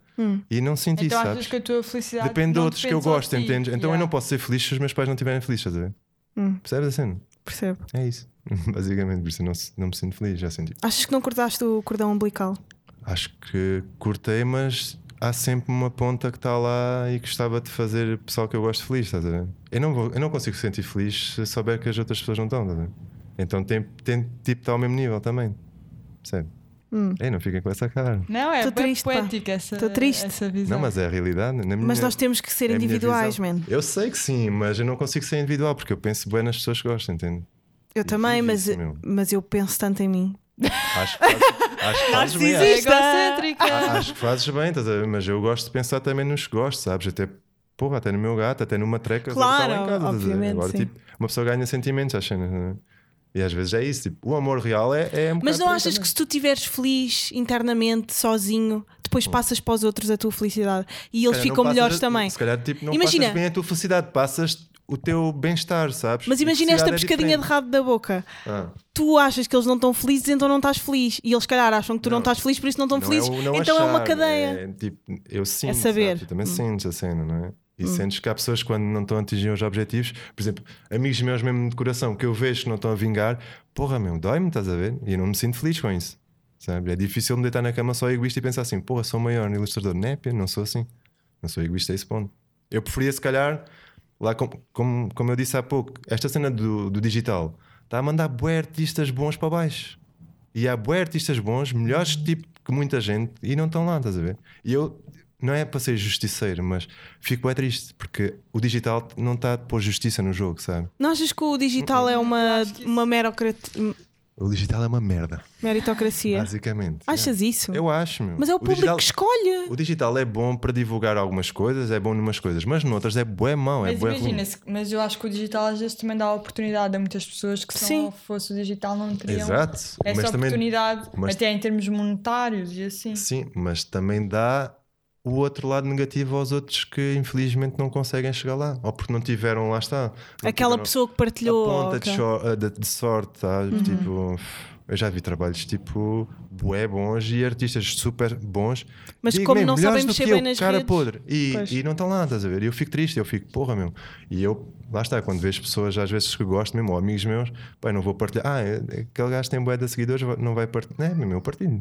S4: E não sinto
S3: Então
S4: isso,
S3: achas
S4: sabes?
S3: que a tua felicidade.
S4: Depende de
S3: não
S4: outros que eu
S3: depende só de
S4: gosto,
S3: ti.
S4: entendes? Então eu
S3: Yeah.
S4: não posso ser feliz se os meus pais não estiverem felizes, estás a ver?
S2: Hum.
S4: Percebes a cena?
S2: Percebo.
S4: É isso. Basicamente, por isso eu não, se- não me sinto feliz, já senti.
S2: Achas que não cortaste o cordão umbilical?
S4: Acho que cortei, mas há sempre uma ponta que está lá e gostava de fazer o pessoal que eu gosto feliz, estás a ver? Eu não, vou, eu não consigo sentir feliz se souber que as outras pessoas não estão, estás a ver? Então tem, tem tipo estar ao mesmo nível também. Percebe?
S2: Hum.
S4: Ei, não fiquem com essa cara.
S3: Não, é
S2: Tô
S3: bem
S2: triste, pá.
S3: poética essa,
S2: Tô triste.
S3: essa visão.
S4: Não, mas é a realidade. Na minha,
S2: Mas nós temos que ser
S4: é a minha
S2: individuais,
S4: visão.
S2: man.
S4: Eu sei que sim, mas eu não consigo ser individual porque eu penso bem nas pessoas que gostam, entende?
S2: Eu também, mas,
S4: isso mesmo.
S2: mas eu penso tanto em mim.
S4: Acho que fazes- acho que fazes bem, acho-
S3: é
S2: Narcisista.
S3: egocêntrica.
S4: A- Acho que fazes bem, estás a ver? mas eu gosto de pensar também nos que gosto, sabes? Até, porra, até no meu gato, até numa treca, sabe,
S2: Claro,
S4: está tá lá em casa. estás a ver?
S2: obviamente,
S4: Agora,
S2: sim.
S4: tipo, uma pessoa ganha sentimentos, às cenas, não é? E às vezes é isso, tipo, o amor real é. é um
S2: Mas
S4: bocado
S2: não
S4: por aí
S2: achas que
S4: também.
S2: se tu estiveres feliz internamente, sozinho, depois passas para os outros a tua felicidade e eles
S4: Cara, Hum. não
S2: ficam
S4: passas
S2: melhores
S4: a-
S2: também?
S4: Se calhar, tipo, não
S2: Imagina-
S4: passas bem a tua felicidade, passas o teu bem-estar, sabes?
S2: Mas
S4: E
S2: imagina esta
S4: felicidade é
S2: pescadinha de
S4: diferente.
S2: rabo da boca.
S4: Ah,
S2: Tu achas que eles não estão felizes, então não estás feliz. E eles, se calhar, acham que tu não, estás feliz, por isso não estão
S4: não
S2: felizes.
S4: é o não
S2: então é uma
S4: achar,
S2: cadeia.
S4: é, tipo, eu sinto,
S2: saber. Hum.
S4: sabes? Eu também sinto a cena, não é? E sentes que há pessoas que quando não estão a atingir os objetivos, por exemplo, amigos meus mesmo de coração que eu vejo que não estão a vingar, porra, meu, dói-me, estás a ver? E eu não me sinto feliz com isso, sabe? É difícil me deitar na cama só egoísta e pensar assim, porra, sou o maior no ilustrador, não é? pá, Não sou assim, não sou egoísta a esse ponto. Eu preferia, se calhar, lá com- como, como eu disse há pouco, esta cena do, do digital está a mandar bué artistas bons para baixo. E há bué artistas bons, melhores tipo que muita gente, e não estão lá, estás a ver? E eu, não é para ser justiceiro, mas fico bué triste, porque o digital não está a pôr justiça no jogo, sabe?
S2: Não achas que o
S4: Uhum.
S2: digital é uma, uma merocrati- m-
S4: O digital é uma merda,
S2: meritocracia?
S4: basicamente.
S2: É. Achas isso?
S4: É. Eu acho, meu.
S2: Mas é o, público
S4: digital-
S2: que escolhe.
S4: O digital é bom para divulgar algumas coisas, é bom numas coisas, mas noutras é bué mau, é
S3: Mas
S4: bué
S3: imagina,
S4: ruim.
S3: se- mas eu acho que o digital às vezes também dá a oportunidade a muitas pessoas que se
S2: Sim.
S3: não fosse o digital não teriam
S4: Exato.
S3: essa
S4: mas também
S3: oportunidade,
S4: mas-
S3: até em termos monetários e assim.
S4: Sim, mas também dá o outro lado negativo aos outros que infelizmente não conseguem chegar lá, ou porque não tiveram, lá está. não
S2: Aquela
S4: tiveram
S2: pessoa que
S4: a
S2: partilhou.
S4: ponta
S2: ok.
S4: de,
S2: Uhum.
S4: cho- eh, de- de sorte, sabe? Tipo, eu já vi trabalhos tipo bué bons e artistas super bons,
S2: Mas
S4: digo
S2: como
S4: mesmo,
S2: não sabem
S4: melhores do
S2: mexer
S4: que eu,
S2: bem nas
S4: cara
S2: redes.
S4: podre, e,
S2: Pois.
S4: e não estão lá, estás a ver? E Eu fico triste, eu fico porra meu. E eu, lá está, quando vejo pessoas às vezes que gosto mesmo, ou amigos meus, pai, não vou partilhar. Ah, é- é- aquele gajo tem bué de seguidores, vai- não vai partilhar. Não é mesmo, eu partilho.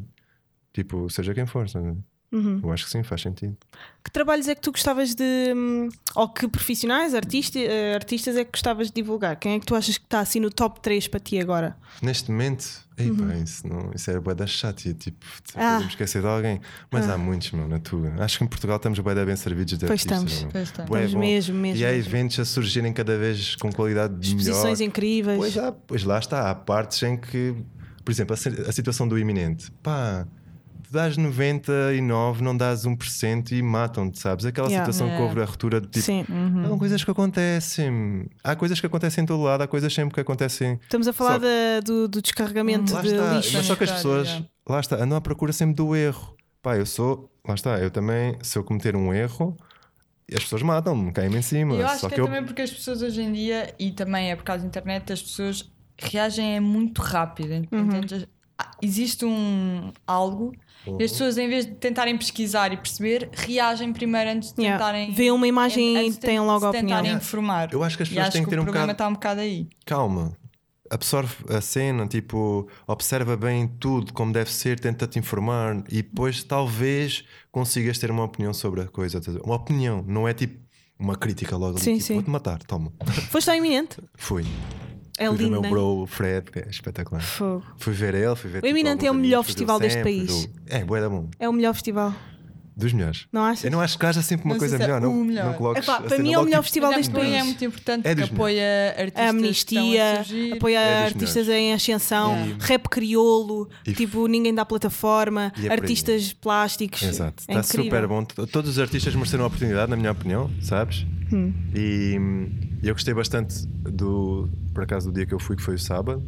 S4: Tipo, seja quem for, estás a ver?
S2: Uhum.
S4: Eu acho que sim, faz sentido.
S2: Que trabalhos é que tu gostavas de. hum, Ou que profissionais, artista, eh, artistas é que gostavas de divulgar? Quem é que tu achas que está assim no top 3 para ti agora?
S4: Tipo, Neste momento, ei, pá, isso, não, isso era bué da chato e tipo,
S2: Uhum. Ah.
S4: podemos esquecer de alguém. Mas há muitos, meu, na tua. Acho que em Portugal estamos bué da bem servidos de
S2: Pois
S4: artistas,
S2: estamos.
S4: meu.
S3: Pois está.
S4: Bué
S2: Estamos
S4: bom.
S2: mesmo, mesmo,
S4: E há
S2: mesmo.
S4: eventos a surgirem cada vez com qualidade melhor.
S2: Exposições incríveis.
S4: Pois, é. há, pois lá está, há partes em que, por exemplo, a, si- a situação do iminente, pá, tu dás 99, não dás 1% e matam-te, sabes? Aquela
S2: Yeah.
S4: situação que
S3: Yeah.
S4: houve a ruptura de tipo,
S2: Sim. Uhum.
S4: são coisas que acontecem. Há coisas que acontecem em todo lado, há coisas sempre que acontecem.
S2: Estamos a falar
S4: Só- Hum,
S2: da- do, do descarregamento
S4: Lá
S2: de
S4: está,
S2: lixo.
S4: mas só que as
S3: Sanitário,
S4: pessoas,
S3: yeah.
S4: lá está, andam à procura sempre do erro. Pá, eu sou, lá está, eu também, se eu cometer um erro, as pessoas matam-me, caem-me em cima.
S3: Eu acho
S4: só
S3: que, é também porque as pessoas hoje em dia, e também é por causa da internet, as pessoas reagem é muito rápido. ent-
S2: Uhum.
S3: entendes? Ah, Existe um algo
S4: Uhum.
S3: e as pessoas, em vez de tentarem pesquisar e perceber, reagem primeiro antes de
S2: Yeah.
S3: tentarem.
S2: Vê uma imagem
S3: antes
S2: e
S3: de
S2: têm logo a
S3: se tentarem
S2: opinião.
S3: informar.
S4: Eu acho que as
S3: E
S4: pessoas têm que ter
S3: o
S4: um
S3: problema
S4: bocado-
S3: está um bocado aí.
S4: calma, absorve a cena, tipo, observa bem tudo como deve ser, tenta te informar e depois talvez consigas ter uma opinião sobre a coisa. estás a ver? Uma opinião, não é tipo uma crítica logo ali,
S2: Sim,
S4: tipo,
S2: sim.
S4: vou-te matar, toma.
S2: Foste ao iminente.
S4: Fui.
S2: É
S4: fui ver
S2: lindo.
S4: o meu
S2: né?
S4: bro, o Fred, que é espetacular.
S2: Fogo.
S4: Fui ver ele, fui ver tipo,
S2: Eminente é o
S4: alguns
S2: melhor
S4: amigos, fui
S2: festival
S4: ver o
S2: deste
S4: Sam,
S2: país.
S4: fui ver o- É, boa da bom.
S2: É o melhor festival.
S4: Dos melhores.
S2: Não achas?
S4: Eu não acho que haja sempre uma
S3: Não sei
S4: coisa
S3: se é
S4: melhor,
S3: o
S4: não,
S3: melhor.
S4: não coloques.
S2: Epá,
S4: a
S2: para
S4: cena
S2: mim é o
S4: logo,
S2: melhor
S4: tipo,
S2: festival
S3: Mas
S2: deste
S3: apoio
S2: país.
S3: é muito importante
S4: É dos
S3: porque apoia
S2: A
S3: artistas que estão
S2: Amnistia,
S3: a surgir.
S2: apoia
S4: É dos
S2: artistas em ascensão, rap crioulo,
S4: E-
S2: tipo ninguém dá plataforma,
S4: E é por aí.
S2: artistas plásticos.
S4: Exato,
S2: É
S4: está
S2: incrível.
S4: super bom. T- Todos os artistas mereceram a oportunidade, na minha opinião, sabes? E hum, eu gostei bastante do, por acaso, do dia que eu fui, que foi o sábado.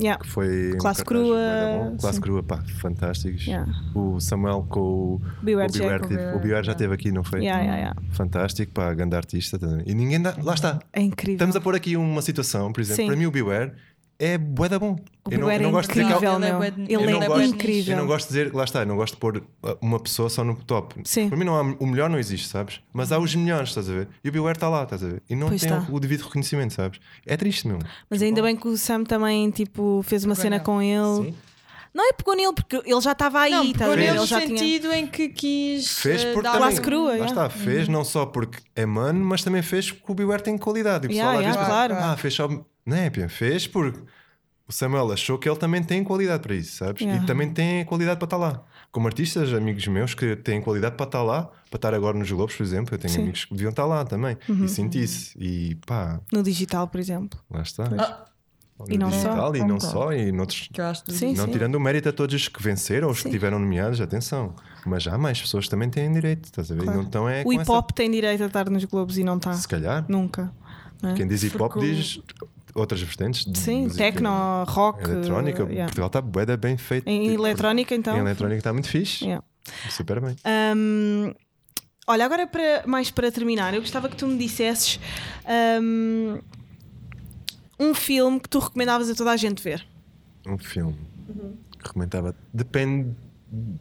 S2: Yeah.
S4: que foi. um
S2: Classe
S4: cartaz
S2: Ah, Crua,
S4: bué da bom. Classe
S2: sim.
S4: Crua, pá, fantásticos.
S2: Yeah.
S4: O Samuel com o.
S2: Beware
S4: o
S2: Jack,
S4: Beware,
S3: o
S4: teve- o
S3: Beware,
S4: Beware já
S3: yeah.
S4: esteve aqui, não foi?
S2: Yeah, yeah, yeah.
S4: Fantástico, pá, grande artista. tá- E ninguém dá. Lá está.
S2: É incrível.
S4: Estamos a pôr aqui uma situação, por exemplo,
S2: Sim.
S4: para mim o Beware é bué da bom.
S2: O
S4: eu não,
S2: Beware
S4: eu não
S2: é
S4: gosto de dizer que há-
S2: incrível,
S3: Ele é
S2: meu.
S3: bué de-
S2: Ele
S4: eu
S2: é
S4: não gosto-
S2: incrível.
S4: Eu não gosto de dizer, lá está, eu não gosto de pôr uh, uma pessoa só no top.
S2: Sim.
S4: Para mim não há, o melhor não existe, sabes? Mas há os melhores, estás a ver? E o Beware está lá, estás a ver? E não
S2: Pois
S4: tem
S2: está.
S4: o devido reconhecimento, sabes? É triste, meu.
S2: Mas ainda bem que o Sam também tipo, fez uma
S3: Pegou
S2: cena
S3: nele.
S2: com ele. Não é pegou nele, porque ele já estava aí,
S3: Não,
S2: estás
S3: pegou
S2: a ver?
S3: nele
S2: Ele
S3: no
S2: já tinha.
S3: sentido em que quis
S4: Fez
S3: eh,
S4: porque
S3: dar
S4: também,
S2: Classe crua,
S4: lá
S2: yeah. Uhum.
S4: está, fez não só porque é mano, mas também fez porque o Beware tem qualidade. E o pessoal
S2: Yeah,
S4: às vezes
S2: yeah,
S4: pensa,
S3: claro.
S4: ah, fez só. Não é, pá, fez porque o Samuel achou que ele também tem qualidade para isso, sabes?
S2: Yeah.
S4: E também tem qualidade para estar lá. Como artistas, amigos meus que têm qualidade para estar lá, para estar agora nos Globos, por exemplo, eu tenho
S2: Sim. Uhum.
S4: amigos que deviam estar lá também. E senti-se. E pá,
S2: No digital, por exemplo.
S4: lá está.
S3: Ah.
S4: No
S2: E não só.
S4: digital, E não
S3: Concordo.
S4: só, e noutros,
S3: Que eu acho
S2: Sim,
S4: não
S2: sim.
S4: tirando o mérito a todos os que venceram, os
S2: Sim.
S4: que tiveram nomeados, atenção. Mas há mais pessoas que também têm direito, estás a ver?
S2: Claro.
S4: E não estão é
S2: o
S4: com
S2: hip
S4: essa-
S2: hop tem direito a estar nos Globos e não está.
S4: Se calhar.
S2: Nunca. não é?
S4: Quem diz hip hop
S3: Porque o-
S4: diz outras vertentes. de
S2: Sim,
S4: música
S2: tecno, rock.
S4: Eletrónica.
S2: yeah.
S4: Portugal está bué da bem feito.
S2: Em
S4: Tipo,
S2: eletrónica, então.
S4: Em eletrónica está muito fixe.
S2: Yeah.
S4: Super bem.
S2: Hum, olha, agora para, mais para terminar, eu gostava que tu me dissesses hum, um, filme que tu recomendavas a toda a gente ver.
S4: Um filme.
S2: Uhum.
S4: Recomendava. Depende,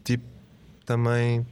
S4: tipo, também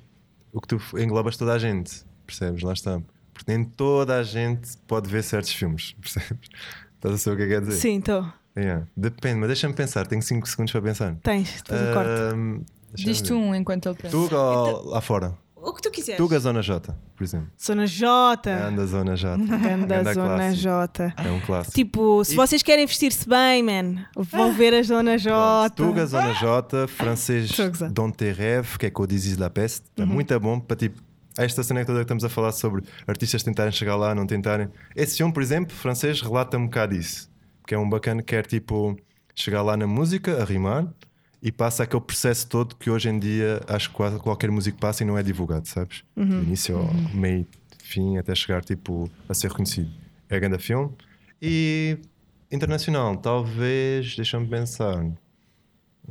S4: o que tu englobas toda a gente. Percebes? Lá está. Porque nem toda a gente pode ver certos filmes. Percebes? Estás a saber o que é que quer dizer?
S2: Sim, estou.
S4: Yeah. Depende, mas deixa-me pensar. Tenho 5 segundos para pensar.
S2: Tens, um depois
S4: Ah,
S2: eu corto.
S4: Ahm, deixa-me
S3: Diz-te
S4: ver.
S3: um enquanto ele pensa.
S4: Tuga ou lá fora?
S2: O que tu quiseres.
S4: Tuga Zona J, por exemplo.
S2: Zona J.
S4: Ganda Zona J.
S2: Ah. Ganda
S4: Ganda
S2: Zona
S4: clássico.
S2: J.
S4: É um clássico.
S2: Tipo, se
S4: E- Ah.
S2: vocês querem vestir-se bem, man, vão ver a Zona J.
S4: Pronto, Tuga, Zona J, francês
S2: Estou a gozar.
S4: Dom Terrev, que é com o Disease La Peste. É muito bom para tipo. Esta cena que toda que estamos a falar sobre artistas tentarem chegar lá, não tentarem. Esse filme, por exemplo, francês, relata um bocado isso. Que é um bacana que quer tipo chegar lá na música, a rimar, e passa aquele processo todo que hoje em dia acho que quase qualquer músico passa e não é divulgado, sabes? Do início ao meio, fim, até chegar tipo a ser reconhecido. É grande filme. E internacional, talvez, deixa-me pensar.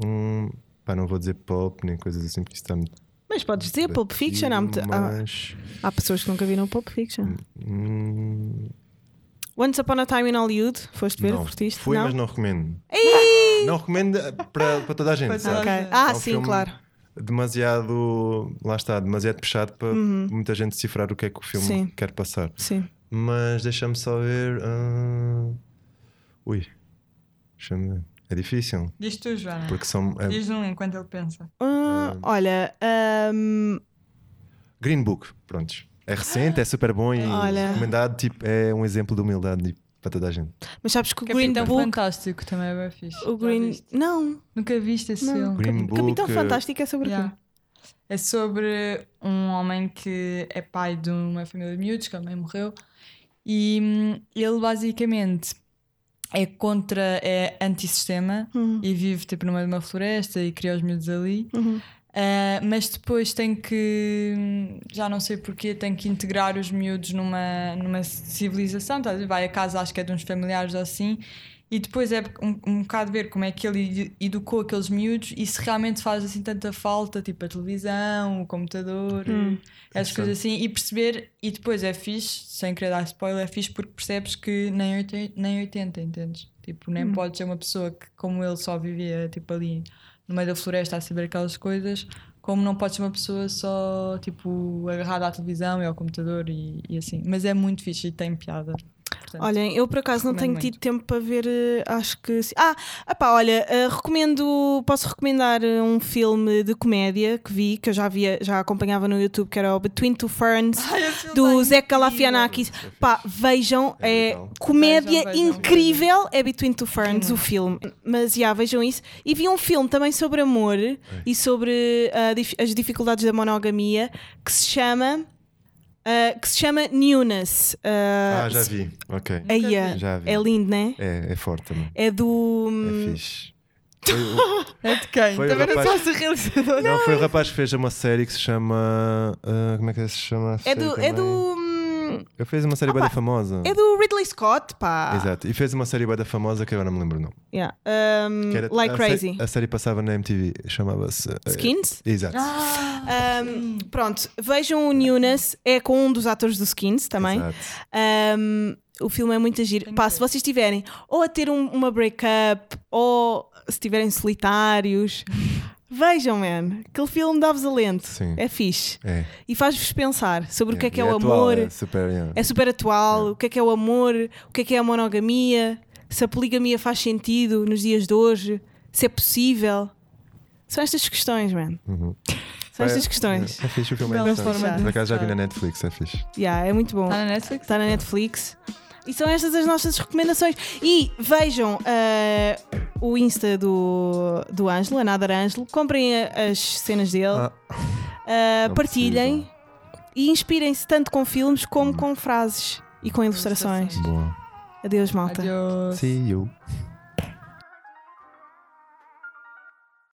S4: Hum, pá, não vou dizer pop nem coisas assim, porque isso está muito.
S2: Mas podes dizer É Pulp Fiction. Há, muita-
S4: batido,
S2: há-
S4: mas,
S2: há pessoas que nunca viram Pulp Fiction.
S4: hum,
S2: Once Upon a Time in Hollywood, foste ver,
S4: não.
S2: curtiste?
S4: Fui, mas não recomendo. Não recomendo eh, para para toda a gente.
S3: Para toda a
S4: sabe?
S2: Ok.
S3: Olha,
S2: Ah,
S4: É um
S2: sim,
S4: filme
S2: claro.
S4: Demasiado. Lá está, demasiado puxado para muita gente decifrar o que é que o filme
S2: Uhum. Sim.
S4: quer passar.
S2: Sim.
S4: Mas deixa-me só ver. hum, Ui, deixa-me ver. É difícil,
S3: Diz tu, Joana.
S4: porque são. é-
S3: Diz um enquanto ele pensa.
S2: Ah, olha, ahm,
S4: Green Book, prontos. É recente, é super bom e
S2: Olha.
S4: recomendado. Tipo, é um exemplo de humildade e- para toda a gente.
S2: mas sabes que o Green
S3: Capitão
S2: Book.
S3: Fantástico também é bem fixe.
S2: O
S3: Já
S2: Green.
S3: viste?
S2: Não,
S3: Nunca viste esse
S2: Não.
S3: filme.
S4: Green Book.
S2: Capitão
S4: eh,
S2: Fantástico é sobre o
S3: Yeah.
S2: quê?
S3: É sobre um homem que é pai de uma família de miúdos, que a mãe morreu, e hum, ele basicamente é contra, é antissistema
S2: Uhum.
S3: e vive tipo no meio de uma floresta e cria os miúdos ali.
S2: Uhum.
S3: Ah, mas depois tem que, hum, já não sei porquê, tem que integrar os miúdos numa, numa civilização. estás a ver? Vai a casa, acho que é de uns familiares ou assim. E depois é um, um bocado ver como é que ele edu- educou aqueles miúdos e se realmente faz assim tanta falta, tipo a televisão, o computador,
S2: Hum,
S3: essas coisas assim. E perceber, e depois é fixe, sem querer dar spoiler, é fixe porque percebes que nem 80, nem 80 entendes? Tipo, nem
S2: Hum.
S3: pode ser uma pessoa que, como ele, só vivia tipo ali no meio da floresta a saber aquelas coisas, como não pode ser uma pessoa só tipo agarrada à televisão e ao computador e, e assim. Mas é muito fixe e tem piada. Portanto,
S2: Olhem, eu por acaso não
S3: Recomendo
S2: tenho
S3: muito.
S2: tido tempo para ver, eh, acho que. sim. Ah, apá, olha, eh, recomendo, posso recomendar eh, um filme de comédia que vi, que eu já via, já acompanhava no YouTube, que era o Between Two Ferns, do Zé Calafianakis. Pá, vejam,
S4: É
S2: é,
S4: brutal.
S2: comédia
S3: Vejam, vejam.
S2: incrível, é Between Two Ferns, o filme. Mas já, vejam isso. E vi um filme também sobre amor
S4: É.
S2: e sobre ah, dif- as dificuldades da monogamia que se chama. ah, que se chama Newness.
S4: Ah, já vi. Ok.
S2: Aí,
S3: vi.
S4: Já vi.
S2: é lindo, né?
S4: É, é forte também.
S2: É do.
S4: É fixe. Foi o-
S3: É de quem?
S4: Foi o
S3: Também não
S4: rapaz-
S3: sou realizador.
S4: não, foi o rapaz que fez uma série que se chama. ah, como é que se chama? a
S2: É
S4: série
S2: do. É
S4: também?
S2: do. hum,
S4: Ele fez uma série
S2: Opa,
S4: bada famosa.
S2: É do Ah. Ridley Scott, pá.
S4: Exato. E fez uma série bada famosa que agora não me lembro o nome.
S2: Yeah. Um,
S4: Que era- tipo
S2: like
S4: a
S2: Crazy.
S4: sé- a série passava na MTV. Chamava-se. eh,
S2: Skins?
S4: Exato.
S2: Ah, Um, pronto, vejam o Nunes, é com um dos atores do Skins também.
S4: Exato.
S2: Um, o filme é muito agir. Pá, se vocês tiverem ou a ter um- uma breakup ou se estiverem solitários, vejam, man. Aquele filme dá-vos alento.
S4: Sim.
S2: É fixe.
S4: É.
S2: E faz-vos pensar sobre o que é que é,
S4: E
S2: o
S4: atual,
S2: amor.
S4: é super, yeah.
S2: É super atual. O que é que é o amor? O que é que é a monogamia? Se a poligamia faz sentido nos dias de hoje? Se é possível? São estas questões, man. São estas
S4: É,
S2: questões.
S4: É fixe o filme. é
S3: Bela
S4: interessante.
S2: forma de
S4: Por acaso já vi na Netflix, é fixe.
S2: Yeah, é muito bom.
S3: Está Tá na Netflix?
S2: Está na Netflix. E são estas as nossas recomendações. E vejam eh, o Insta do, do Ângelo, Another Ângelo. Comprem a- as cenas dele,
S4: Ah,
S2: eh,
S4: não
S2: partilhem
S4: precisa.
S2: e inspirem-se tanto com filmes como com frases e com ilustrações.
S3: Ilustrações.
S4: Boa.
S2: Adeus, malta.
S3: Adeus.
S4: See you.